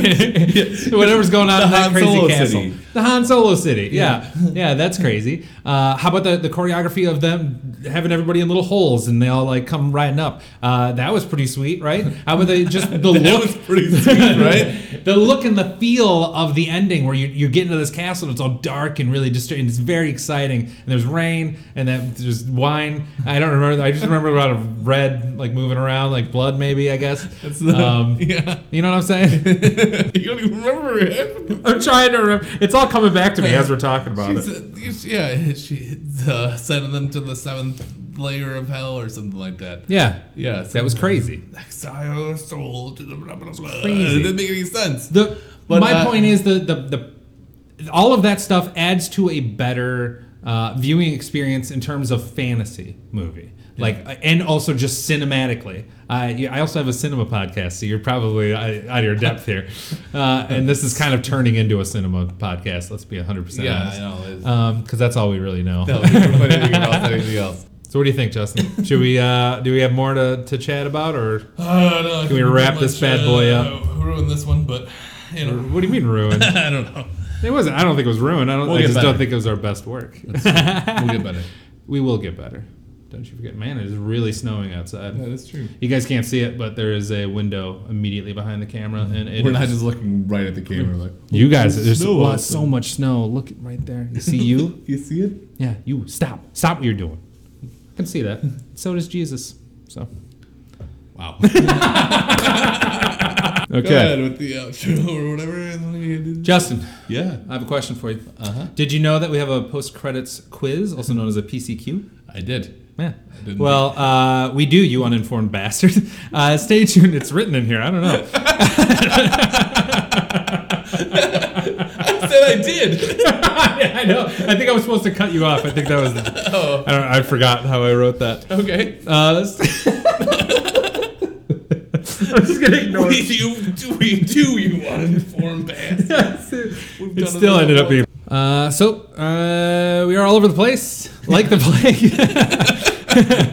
[SPEAKER 1] in the, whatever's going on in that
[SPEAKER 2] Han
[SPEAKER 1] crazy
[SPEAKER 2] Solo
[SPEAKER 1] castle.
[SPEAKER 2] city.
[SPEAKER 1] The Han Solo city. Yeah. Yeah, that's crazy. Uh, how about the, the choreography of them having everybody in little holes and they all like come riding up? Uh, that was pretty sweet, right? How about they just the look
[SPEAKER 2] was pretty sweet, right?
[SPEAKER 1] the look and the feel of the ending where you, you get into this castle and it's all dark and really disturbing. It's very exciting. And there's rain and that there's wine. I don't remember. I just remember a lot of red like moving around, like blood maybe, I guess.
[SPEAKER 2] That's the-
[SPEAKER 1] um,
[SPEAKER 2] yeah.
[SPEAKER 1] You know what I'm saying?
[SPEAKER 2] you don't even remember it.
[SPEAKER 1] I'm trying to remember. It's all coming back to me as we're talking about
[SPEAKER 2] She's,
[SPEAKER 1] it.
[SPEAKER 2] uh, yeah, she uh, sending them to the seventh layer of hell or something like that.
[SPEAKER 1] Yeah.
[SPEAKER 2] Yeah,
[SPEAKER 1] That was crazy.
[SPEAKER 2] exile your soul to the blah, blah, blah.
[SPEAKER 1] Crazy.
[SPEAKER 2] It didn't make any sense.
[SPEAKER 1] The
[SPEAKER 2] But,
[SPEAKER 1] my
[SPEAKER 2] uh,
[SPEAKER 1] point is the, the the all of that stuff adds to a better uh, viewing experience in terms of fantasy movie, like uh, and also just cinematically. I yeah, I also have a cinema podcast, so you're probably uh, out of your depth here, uh, and this is kind of turning into a cinema podcast. Let's be 100 percent
[SPEAKER 2] yeah, I
[SPEAKER 1] honest,
[SPEAKER 2] know. It's,
[SPEAKER 1] because that's all we really know.
[SPEAKER 2] no, we couldn't put anything else, anything else.
[SPEAKER 1] So what do you think, Justin? Should we uh, do we have more to, to chat about, or
[SPEAKER 2] Uh, no, I
[SPEAKER 1] we
[SPEAKER 2] couldn't
[SPEAKER 1] wrap
[SPEAKER 2] much,
[SPEAKER 1] this bad boy
[SPEAKER 2] uh,
[SPEAKER 1] up?
[SPEAKER 2] Ruin this one, but you know,
[SPEAKER 1] what do you mean ruined?
[SPEAKER 2] I don't know.
[SPEAKER 1] It wasn't. I don't think it was ruined. I don't.
[SPEAKER 2] We'll
[SPEAKER 1] I
[SPEAKER 2] get
[SPEAKER 1] just
[SPEAKER 2] better.
[SPEAKER 1] don't think it was our best work.
[SPEAKER 2] We'll get better.
[SPEAKER 1] we will get better. Don't you forget, man, it is really snowing outside.
[SPEAKER 2] Yeah, that's true.
[SPEAKER 1] You guys can't see it, but there is a window immediately behind the camera, and it
[SPEAKER 2] We're not
[SPEAKER 1] is-
[SPEAKER 2] just looking right at the camera like,
[SPEAKER 1] you guys, there's
[SPEAKER 2] snow
[SPEAKER 1] wow,
[SPEAKER 2] outside.
[SPEAKER 1] so much snow. Look right there. You see you?
[SPEAKER 2] you see it?
[SPEAKER 1] yeah, you. Stop. Stop what you're doing. I can see that. So does Jesus. So.
[SPEAKER 2] Wow. Go
[SPEAKER 1] Okay.
[SPEAKER 2] ahead with the outro or whatever.
[SPEAKER 1] Justin,
[SPEAKER 2] Yeah.
[SPEAKER 1] I have a question for you.
[SPEAKER 2] Uh-huh.
[SPEAKER 1] Did you know that we have a post credits quiz, also known as a PCQ?
[SPEAKER 2] I did.
[SPEAKER 1] Yeah.
[SPEAKER 2] didn't
[SPEAKER 1] Well, uh, we do, you uninformed bastard. Uh, stay tuned. It's written in here. I don't know.
[SPEAKER 2] I said I did.
[SPEAKER 1] I know. I think I was supposed to cut you off. I think that was. The, I, don't, I forgot how I wrote that.
[SPEAKER 2] Oh, Okay.
[SPEAKER 1] Uh, let's- I'm just gonna ignore
[SPEAKER 2] We
[SPEAKER 1] it.
[SPEAKER 2] do, we do, you uninformed bastard. We've
[SPEAKER 1] It
[SPEAKER 2] done
[SPEAKER 1] still
[SPEAKER 2] it
[SPEAKER 1] ended up
[SPEAKER 2] all.
[SPEAKER 1] being. Uh, so uh, we are all over the place, like the plague.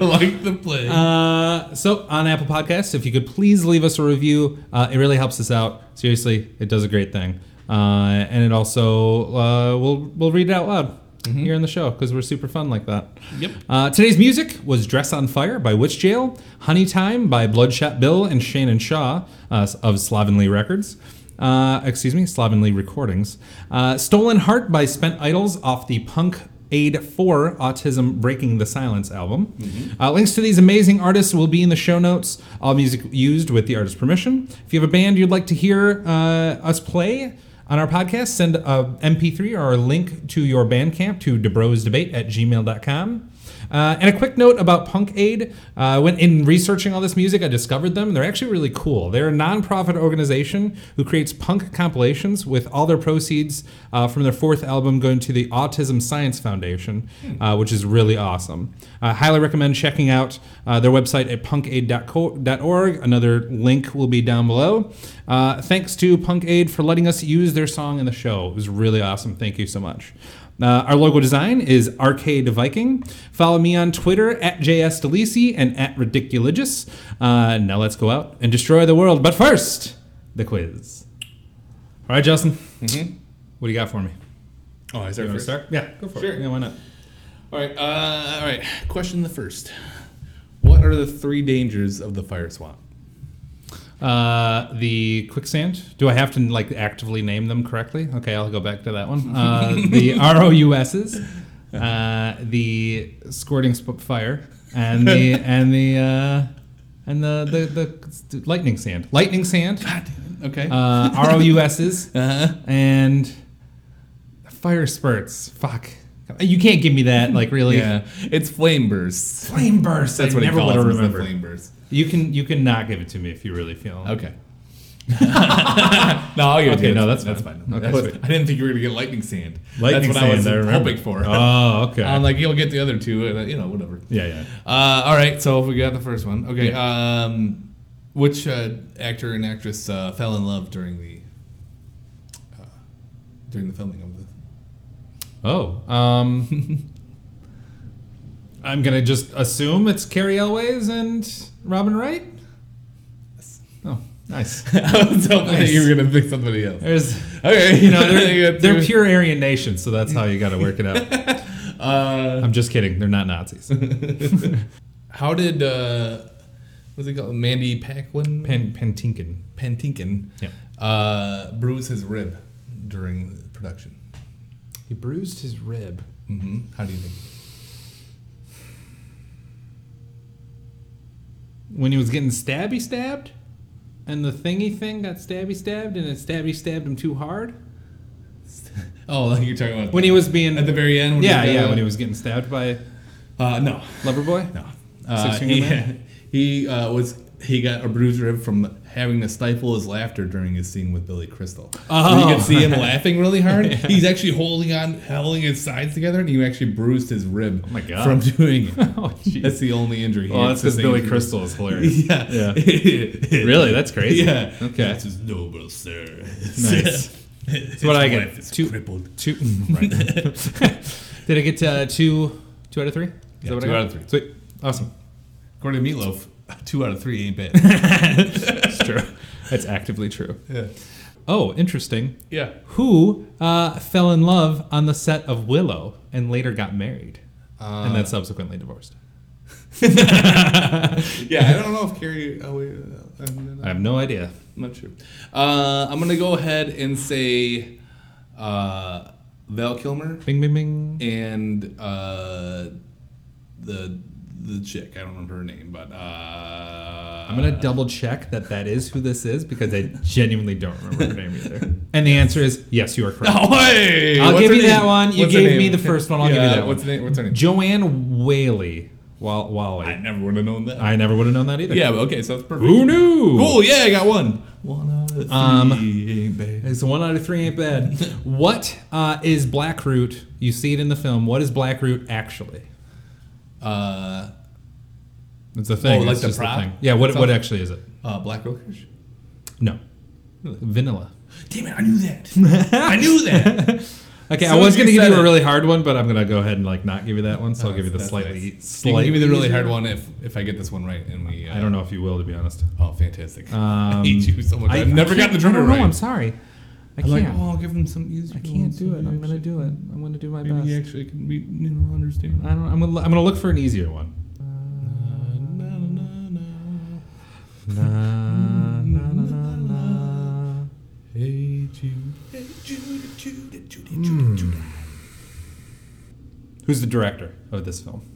[SPEAKER 2] like the play.
[SPEAKER 1] Uh, so on Apple Podcasts, if you could please leave us a review, uh, it really helps us out. Seriously, it does a great thing, uh, and it also uh, we'll we'll read it out loud here on the show because we're super fun like that.
[SPEAKER 2] Yep.
[SPEAKER 1] Uh, today's music was "Dress on Fire" by Witch Jail, "Honey Time" by Bloodshot Bill and Shannon Shaw uh, of Slovenly Records. Uh, excuse me, Slovenly Recordings. Uh, "Stolen Heart" by Spent Idols off the Punk Aid 4 Autism Breaking the Silence album. Uh, links to these amazing artists will be in the show notes. All music used with the artist's permission. If you have a band you'd like to hear uh, us play on our podcast, send a MP3 or a link to your Bandcamp to debrosdebate at gmail.com. Uh, and a quick note about Punk Aid. Uh, when in researching all this music, I discovered them. They're actually really cool. They're a nonprofit organization who creates punk compilations with all their proceeds uh, from their fourth album going to the Autism Science Foundation, uh, which is really awesome. I highly recommend checking out uh, their website at punkaid.org. Another link will be down below. Uh, thanks to Punk Aid for letting us use their song in the show. It was really awesome. Thank you so much. Uh, our logo design is Arcade Viking. Follow me on Twitter at JSDelisi and at Ridiculigious. Uh, now let's go out and destroy the world. But first, the quiz. All right, Justin.
[SPEAKER 2] Mhm.
[SPEAKER 1] What do you got for me?
[SPEAKER 2] oh, I
[SPEAKER 1] You want
[SPEAKER 2] started
[SPEAKER 1] to
[SPEAKER 2] first.
[SPEAKER 1] start? Yeah, go for
[SPEAKER 2] Sure.
[SPEAKER 1] it. Yeah, why not?
[SPEAKER 2] All right. Uh, all right. Question the first. What are the three dangers of the fire swamp?
[SPEAKER 1] Uh, the quicksand. Do I have to like actively name them correctly? Okay, I'll go back to that one. Uh, the ROUSs, uh, the squirting sp- fire, and the and the uh, and the, the the lightning sand. Lightning sand.
[SPEAKER 2] Okay.
[SPEAKER 1] Uh, ROUSs
[SPEAKER 2] Uh-huh.
[SPEAKER 1] and fire spurts. Fuck. You can't give me that. Like really.
[SPEAKER 2] Yeah. It's flame bursts.
[SPEAKER 1] Flame burst.
[SPEAKER 2] That's
[SPEAKER 1] I
[SPEAKER 2] what
[SPEAKER 1] never
[SPEAKER 2] he
[SPEAKER 1] would have
[SPEAKER 2] calls them. is the
[SPEAKER 1] remembered.
[SPEAKER 2] Flame bursts.
[SPEAKER 1] You can you can not give it to me if you really feel.
[SPEAKER 2] Okay. no, I'll give it
[SPEAKER 1] Okay,
[SPEAKER 2] to you.
[SPEAKER 1] no, that's
[SPEAKER 2] that's
[SPEAKER 1] fine.
[SPEAKER 2] fine.
[SPEAKER 1] Okay,
[SPEAKER 2] That was-
[SPEAKER 1] sweet.
[SPEAKER 2] I didn't think you were gonna get lightning sand.
[SPEAKER 1] Lightning
[SPEAKER 2] that's what
[SPEAKER 1] sand,
[SPEAKER 2] I was
[SPEAKER 1] I remember.
[SPEAKER 2] hoping for.
[SPEAKER 1] Oh, okay.
[SPEAKER 2] I'm like, you'll get the other two, and uh, you know, whatever.
[SPEAKER 1] yeah, yeah.
[SPEAKER 2] Uh, all right, so we got the first one. Okay, um, which uh, actor and actress uh, fell in love during the uh, during the filming of the?
[SPEAKER 1] Oh, um, I'm gonna just assume it's Carrie Elways and Robin Wright. Oh, nice.
[SPEAKER 2] I was hoping that you were gonna pick somebody else.
[SPEAKER 1] There's,
[SPEAKER 2] Okay,
[SPEAKER 1] you know,
[SPEAKER 2] You
[SPEAKER 1] they're,
[SPEAKER 2] got
[SPEAKER 1] they're
[SPEAKER 2] two.
[SPEAKER 1] pure Aryan nation, so that's how you got to work it out.
[SPEAKER 2] Uh,
[SPEAKER 1] I'm just kidding. They're not Nazis.
[SPEAKER 2] how did uh, what's it called? Mandy Paquin
[SPEAKER 1] Pan, Pantinkin.
[SPEAKER 2] Pantinkin
[SPEAKER 1] Yeah.
[SPEAKER 2] uh, bruise his rib during the production.
[SPEAKER 1] He bruised his rib.
[SPEAKER 2] hmm How do you think?
[SPEAKER 1] when he was getting stabby stabbed, and the thingy thing got stabby stabbed, and it stabby stabbed him too hard.
[SPEAKER 2] Oh, like you're talking about
[SPEAKER 1] When he was being
[SPEAKER 2] at the very end. When
[SPEAKER 1] yeah,
[SPEAKER 2] he was,
[SPEAKER 1] yeah,
[SPEAKER 2] uh,
[SPEAKER 1] when he was getting stabbed by
[SPEAKER 2] Uh, no,
[SPEAKER 1] Loverboy.
[SPEAKER 2] No. Uh,
[SPEAKER 1] Six Finger
[SPEAKER 2] he
[SPEAKER 1] Man?
[SPEAKER 2] he uh, was he got a bruised rib from having to stifle his laughter during his scene with Billy Crystal.
[SPEAKER 1] Oh.
[SPEAKER 2] So you can see him laughing really hard. He's actually holding on, holding his sides together, and he actually bruised his rib
[SPEAKER 1] Oh my God.
[SPEAKER 2] from doing it.
[SPEAKER 1] Oh, jeez.
[SPEAKER 2] That's the only injury. he
[SPEAKER 1] Well, Oh, that's because
[SPEAKER 2] sustained.
[SPEAKER 1] Billy Crystal is hilarious.
[SPEAKER 2] Yeah.
[SPEAKER 1] Yeah. really? That's crazy.
[SPEAKER 2] yeah.
[SPEAKER 1] Okay.
[SPEAKER 2] That's his noble sir.
[SPEAKER 1] Nice.
[SPEAKER 2] That's
[SPEAKER 1] what I get. Two-
[SPEAKER 2] Two crippled.
[SPEAKER 1] Two. Right. Did I get uh, two? Two out of three? Is
[SPEAKER 2] Yeah,
[SPEAKER 1] what I
[SPEAKER 2] two
[SPEAKER 1] got?
[SPEAKER 2] out of three.
[SPEAKER 1] Sweet. Awesome.
[SPEAKER 2] According to Meatloaf, two out of three ain't bad.
[SPEAKER 1] That's true. That's actively true.
[SPEAKER 2] yeah.
[SPEAKER 1] Oh, interesting.
[SPEAKER 2] Yeah.
[SPEAKER 1] Who uh, fell in
[SPEAKER 2] Uh,
[SPEAKER 1] love on the set of Willow and later got married, and then subsequently divorced?
[SPEAKER 2] Yeah, I don't know if Carrie. Oh, wait, uh, I'm
[SPEAKER 1] I
[SPEAKER 2] not-
[SPEAKER 1] have no idea.
[SPEAKER 2] I'm not sure. Uh, I'm gonna go ahead and say uh, Val Kilmer
[SPEAKER 1] Bing, bing, bing.
[SPEAKER 2] and uh, the the chick. I don't remember her name, but uh,
[SPEAKER 1] I'm gonna double check that that is who this is because I genuinely don't remember her name either. And the answer is yes, you are correct.
[SPEAKER 2] Oh, hey,
[SPEAKER 1] I'll
[SPEAKER 2] what's
[SPEAKER 1] give
[SPEAKER 2] her
[SPEAKER 1] you
[SPEAKER 2] name?
[SPEAKER 1] that one. You
[SPEAKER 2] What's her
[SPEAKER 1] gave me
[SPEAKER 2] name?
[SPEAKER 1] the first one. I'll give you
[SPEAKER 2] Yeah,
[SPEAKER 1] that
[SPEAKER 2] What's
[SPEAKER 1] one.
[SPEAKER 2] her name? What's her name?
[SPEAKER 1] Joanne Whaley. Wal- Wally.
[SPEAKER 2] I
[SPEAKER 1] I,
[SPEAKER 2] never would have known that.
[SPEAKER 1] never would have known that either.
[SPEAKER 2] yeah, but okay, so that's perfect.
[SPEAKER 1] Who knew?
[SPEAKER 2] Cool. Yeah, I got one. One out of three.
[SPEAKER 1] Um,
[SPEAKER 2] ain't bad.
[SPEAKER 1] It's one out of three ain't bad. what uh, is Blackroot? You see it in the film. What is Blackroot actually?
[SPEAKER 2] Uh,
[SPEAKER 1] It's a thing.
[SPEAKER 2] Oh, like
[SPEAKER 1] it's
[SPEAKER 2] the
[SPEAKER 1] just a
[SPEAKER 2] prop?
[SPEAKER 1] thing. Yeah. What, what
[SPEAKER 2] Something?
[SPEAKER 1] actually is it?
[SPEAKER 2] uh, Black Oakish.
[SPEAKER 1] No. Vanilla.
[SPEAKER 2] Damn it! I knew that. I knew that.
[SPEAKER 1] Okay,
[SPEAKER 2] Soon
[SPEAKER 1] I was
[SPEAKER 2] as
[SPEAKER 1] gonna
[SPEAKER 2] you
[SPEAKER 1] give
[SPEAKER 2] said
[SPEAKER 1] you a
[SPEAKER 2] it. Oh,
[SPEAKER 1] really hard one, but I'm gonna go ahead and like not give you that one. So I'll give you the
[SPEAKER 2] That's
[SPEAKER 1] slightly,
[SPEAKER 2] nice. You
[SPEAKER 1] slightly.
[SPEAKER 2] can give me the really
[SPEAKER 1] easier
[SPEAKER 2] hard one if if I get this one right and we. Uh,
[SPEAKER 1] I don't know if you will, to be honest.
[SPEAKER 2] Oh, fantastic! I
[SPEAKER 1] Um,
[SPEAKER 2] hate you so much. I, have never
[SPEAKER 1] got
[SPEAKER 2] gotten the drummer right.
[SPEAKER 1] I'm sorry. I
[SPEAKER 2] I'm
[SPEAKER 1] can't.
[SPEAKER 2] like, oh, I'll give him some easier.
[SPEAKER 1] I can't do it. I'm gonna do it. I'm gonna do my
[SPEAKER 2] Maybe he
[SPEAKER 1] best.
[SPEAKER 2] actually can be, you know, understand.
[SPEAKER 1] I don't. I'm gonna. I'm gonna look for an easier one.
[SPEAKER 2] Na, na, na, na.
[SPEAKER 1] Na, na, na, na, na.
[SPEAKER 2] Hey Jude, hey Jude, Jude, Jude, Jude,
[SPEAKER 1] Hmm.
[SPEAKER 2] Jude, Jude.
[SPEAKER 1] Who's the director of this film?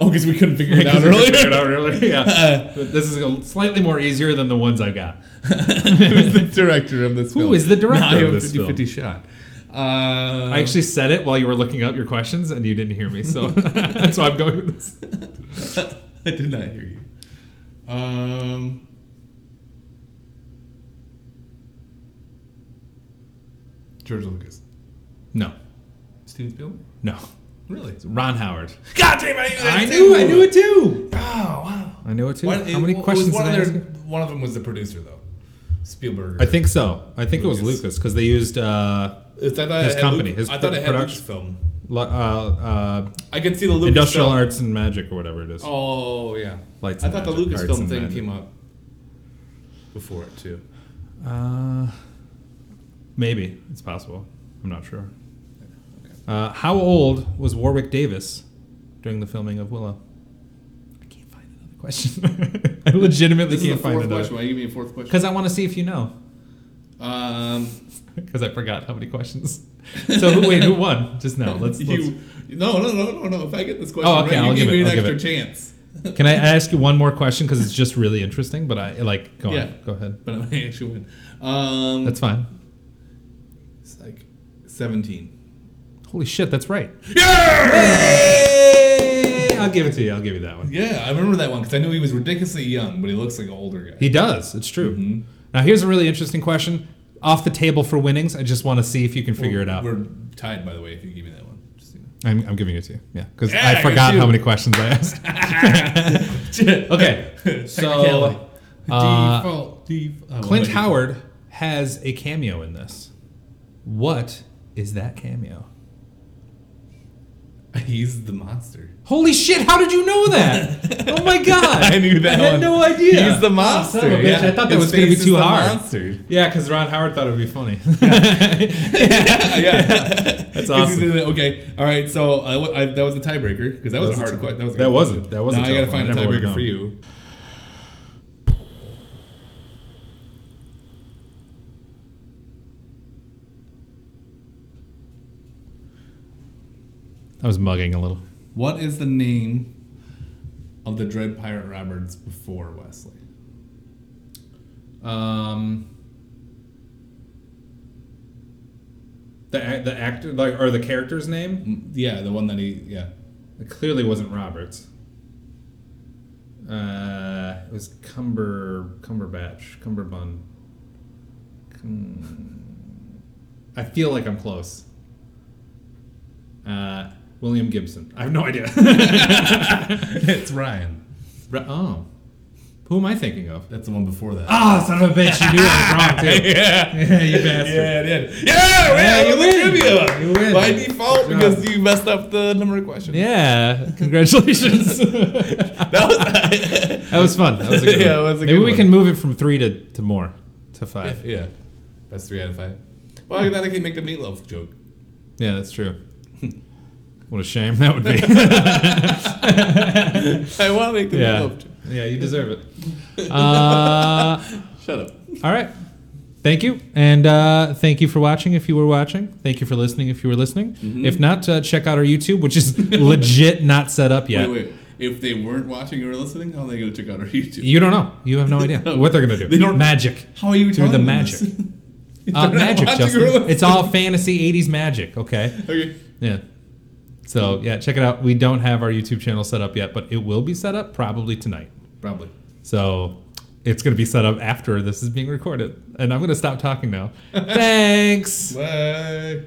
[SPEAKER 2] Oh, because we couldn't figure it out
[SPEAKER 1] 'Cause we
[SPEAKER 2] earlier.
[SPEAKER 1] figured it out earlier, yeah.
[SPEAKER 2] Uh,
[SPEAKER 1] But this is a slightly more easier than the ones I've got.
[SPEAKER 2] Who's the director of this
[SPEAKER 1] Who
[SPEAKER 2] film?
[SPEAKER 1] is the director
[SPEAKER 2] Now I
[SPEAKER 1] of
[SPEAKER 2] have a
[SPEAKER 1] this film?
[SPEAKER 2] 50-50 shot. Uh,
[SPEAKER 1] I actually said it while you were looking up your questions, and you didn't hear me, so that's why I'm going with this.
[SPEAKER 2] I did not hear you. Um, George Lucas.
[SPEAKER 1] No,
[SPEAKER 2] Steven Spielberg?
[SPEAKER 1] no,
[SPEAKER 2] Really?
[SPEAKER 1] It's Ron Howard.
[SPEAKER 2] God damn, I knew that
[SPEAKER 1] I
[SPEAKER 2] too!
[SPEAKER 1] knew. I knew it too.
[SPEAKER 2] Oh, wow.
[SPEAKER 1] I knew it too.
[SPEAKER 2] What-
[SPEAKER 1] How many
[SPEAKER 2] it was
[SPEAKER 1] questions
[SPEAKER 2] one,
[SPEAKER 1] did I
[SPEAKER 2] of
[SPEAKER 1] ask?
[SPEAKER 2] their, one of them was the producer, though. Spielberg.
[SPEAKER 1] I think so. I think it was
[SPEAKER 2] Lucas.
[SPEAKER 1] Lucas because they used uh,
[SPEAKER 2] Is that
[SPEAKER 1] his
[SPEAKER 2] had
[SPEAKER 1] company,
[SPEAKER 2] Luke-
[SPEAKER 1] his
[SPEAKER 2] I thought it had
[SPEAKER 1] production.
[SPEAKER 2] Lucasfilm.
[SPEAKER 1] lu- uh, uh,
[SPEAKER 2] I could see the Lucasfilm.
[SPEAKER 1] industrial arts and magic or whatever it is.
[SPEAKER 2] Oh yeah.
[SPEAKER 1] Lights
[SPEAKER 2] I
[SPEAKER 1] and
[SPEAKER 2] thought
[SPEAKER 1] magic,
[SPEAKER 2] the
[SPEAKER 1] arts
[SPEAKER 2] Lucasfilm
[SPEAKER 1] and
[SPEAKER 2] thing
[SPEAKER 1] magic.
[SPEAKER 2] came up before it too.
[SPEAKER 1] Uh, maybe it's possible. I'm not sure. Uh, how old was Warwick Davis during the filming of Willow? I can't find another question. I legitimately
[SPEAKER 2] This is the
[SPEAKER 1] can't find
[SPEAKER 2] fourth
[SPEAKER 1] another.
[SPEAKER 2] question. Why you give me a fourth question?
[SPEAKER 1] Because I want to see if you know.
[SPEAKER 2] Um,
[SPEAKER 1] Because I forgot how many questions. So who, wait, who won just now? Let's. let's
[SPEAKER 2] you. No, no, no, no, no. If I get this question
[SPEAKER 1] Oh, okay,
[SPEAKER 2] right,
[SPEAKER 1] I'll
[SPEAKER 2] you
[SPEAKER 1] give
[SPEAKER 2] give me
[SPEAKER 1] it,
[SPEAKER 2] an
[SPEAKER 1] I'll give
[SPEAKER 2] extra chance.
[SPEAKER 1] can I ask you one more question? Because it's just really interesting. But I like go
[SPEAKER 2] Yeah.
[SPEAKER 1] on. Go ahead.
[SPEAKER 2] But I might actually win. Um,
[SPEAKER 1] That's fine.
[SPEAKER 2] it's like seventeen.
[SPEAKER 1] Holy shit, that's right.
[SPEAKER 2] Yeah!
[SPEAKER 1] I'll give it to you. I'll give you that one.
[SPEAKER 2] Yeah, I remember that one because I knew he was ridiculously young, but he looks like an older guy.
[SPEAKER 1] He does. It's true.
[SPEAKER 2] Mm-hmm.
[SPEAKER 1] Now here's a really interesting question. Off the table for winnings. I just want to see if you can figure it out.
[SPEAKER 2] We're tied, by the way. If you give me that one, just so you know.
[SPEAKER 1] I'm, I'm giving it to you. Yeah, because
[SPEAKER 2] Yeah,
[SPEAKER 1] I forgot
[SPEAKER 2] good
[SPEAKER 1] how
[SPEAKER 2] shoot.
[SPEAKER 1] many questions I asked. Okay, so uh,
[SPEAKER 2] default, default. Oh,
[SPEAKER 1] Clint
[SPEAKER 2] what
[SPEAKER 1] Howard has a cameo in this. What is that cameo?
[SPEAKER 2] is it? He's the monster.
[SPEAKER 1] Holy shit! How did you know that? oh my god!
[SPEAKER 2] I knew that
[SPEAKER 1] I had
[SPEAKER 2] one.
[SPEAKER 1] no idea.
[SPEAKER 2] He's the
[SPEAKER 1] Oh,
[SPEAKER 2] monster,
[SPEAKER 1] son of a bitch,
[SPEAKER 2] yeah.
[SPEAKER 1] I thought that
[SPEAKER 2] His
[SPEAKER 1] was going to be
[SPEAKER 2] face is
[SPEAKER 1] too
[SPEAKER 2] the
[SPEAKER 1] hard.
[SPEAKER 2] monster.
[SPEAKER 1] Yeah, because Ron Howard thought it would be funny.
[SPEAKER 2] yeah,
[SPEAKER 1] That's
[SPEAKER 2] 'Cause he's
[SPEAKER 1] awesome.
[SPEAKER 2] in it. Okay, all right. So I, wa- I, that was a tiebreaker because that, was a
[SPEAKER 1] was a
[SPEAKER 2] hard
[SPEAKER 1] tie-
[SPEAKER 2] question. That was a
[SPEAKER 1] that
[SPEAKER 2] good
[SPEAKER 1] wasn't-
[SPEAKER 2] question.
[SPEAKER 1] that was a
[SPEAKER 2] Now I
[SPEAKER 1] tough one.
[SPEAKER 2] gotta find
[SPEAKER 1] I
[SPEAKER 2] a
[SPEAKER 1] never would've
[SPEAKER 2] tiebreaker for
[SPEAKER 1] known.
[SPEAKER 2] you.
[SPEAKER 1] I was mugging a little.
[SPEAKER 2] What is the name of the Dread Pirate Roberts before Wesley?
[SPEAKER 1] Um, the ac- the actor like or the character's name
[SPEAKER 2] Mm, Yeah, the one that he. Yeah,
[SPEAKER 1] it clearly wasn't Roberts. Uh, it was Cumber Cumberbatch Cumberbund. Cum- I feel like I'm close. Uh, William Gibson. I have no idea.
[SPEAKER 2] it's Ryan.
[SPEAKER 1] Ru- oh, who am I thinking of?
[SPEAKER 2] That's the one before that.
[SPEAKER 1] Ah, son of a bitch! You knew I was wrong too.
[SPEAKER 2] yeah.
[SPEAKER 1] Yeah, you bastard.
[SPEAKER 2] Yeah, it is. Yeah,
[SPEAKER 1] Yeah,
[SPEAKER 2] yeah,
[SPEAKER 1] you
[SPEAKER 2] you win. the
[SPEAKER 1] win.
[SPEAKER 2] Trivia.
[SPEAKER 1] You win.
[SPEAKER 2] By
[SPEAKER 1] Good
[SPEAKER 2] default, because
[SPEAKER 1] job.
[SPEAKER 2] you messed up the number of questions.
[SPEAKER 1] Yeah, congratulations. that
[SPEAKER 2] That was.
[SPEAKER 1] was fun. That was a good
[SPEAKER 2] Yeah,
[SPEAKER 1] one.
[SPEAKER 2] it was a
[SPEAKER 1] Maybe
[SPEAKER 2] good
[SPEAKER 1] we
[SPEAKER 2] one.
[SPEAKER 1] can move it from three to, to more, to five.
[SPEAKER 2] yeah. That's three out of five. Well, then I can make the meatloaf joke.
[SPEAKER 1] Yeah, that's true. What a shame that would be.
[SPEAKER 2] I want to make them
[SPEAKER 1] yeah.
[SPEAKER 2] loved.
[SPEAKER 1] Yeah, you deserve it. Uh,
[SPEAKER 2] Shut up.
[SPEAKER 1] all right. Thank you. And uh, thank you for watching if you were watching. Thank you for listening if you were listening.
[SPEAKER 2] Mm-hmm.
[SPEAKER 1] If not, uh, check out our YouTube, which is legit not set up yet.
[SPEAKER 2] Wait, wait. If they weren't watching or listening, how are they going to check out our YouTube?
[SPEAKER 1] You don't know. You have no idea what they're going to do.
[SPEAKER 2] They don't-
[SPEAKER 1] magic.
[SPEAKER 2] how are you
[SPEAKER 1] Through
[SPEAKER 2] telling
[SPEAKER 1] the
[SPEAKER 2] them
[SPEAKER 1] magic.
[SPEAKER 2] this?
[SPEAKER 1] Uh,
[SPEAKER 2] They're not
[SPEAKER 1] magic,
[SPEAKER 2] watching
[SPEAKER 1] Justin.
[SPEAKER 2] or listening.
[SPEAKER 1] It's all fantasy 80s magic, okay?
[SPEAKER 2] okay.
[SPEAKER 1] Yeah. So, yeah, check it out. We don't have our YouTube channel set up yet, but it will be set up probably tonight.
[SPEAKER 2] Probably.
[SPEAKER 1] So, it's going to be set up after this is being recorded. And I'm going to stop talking now. Thanks.
[SPEAKER 2] Bye.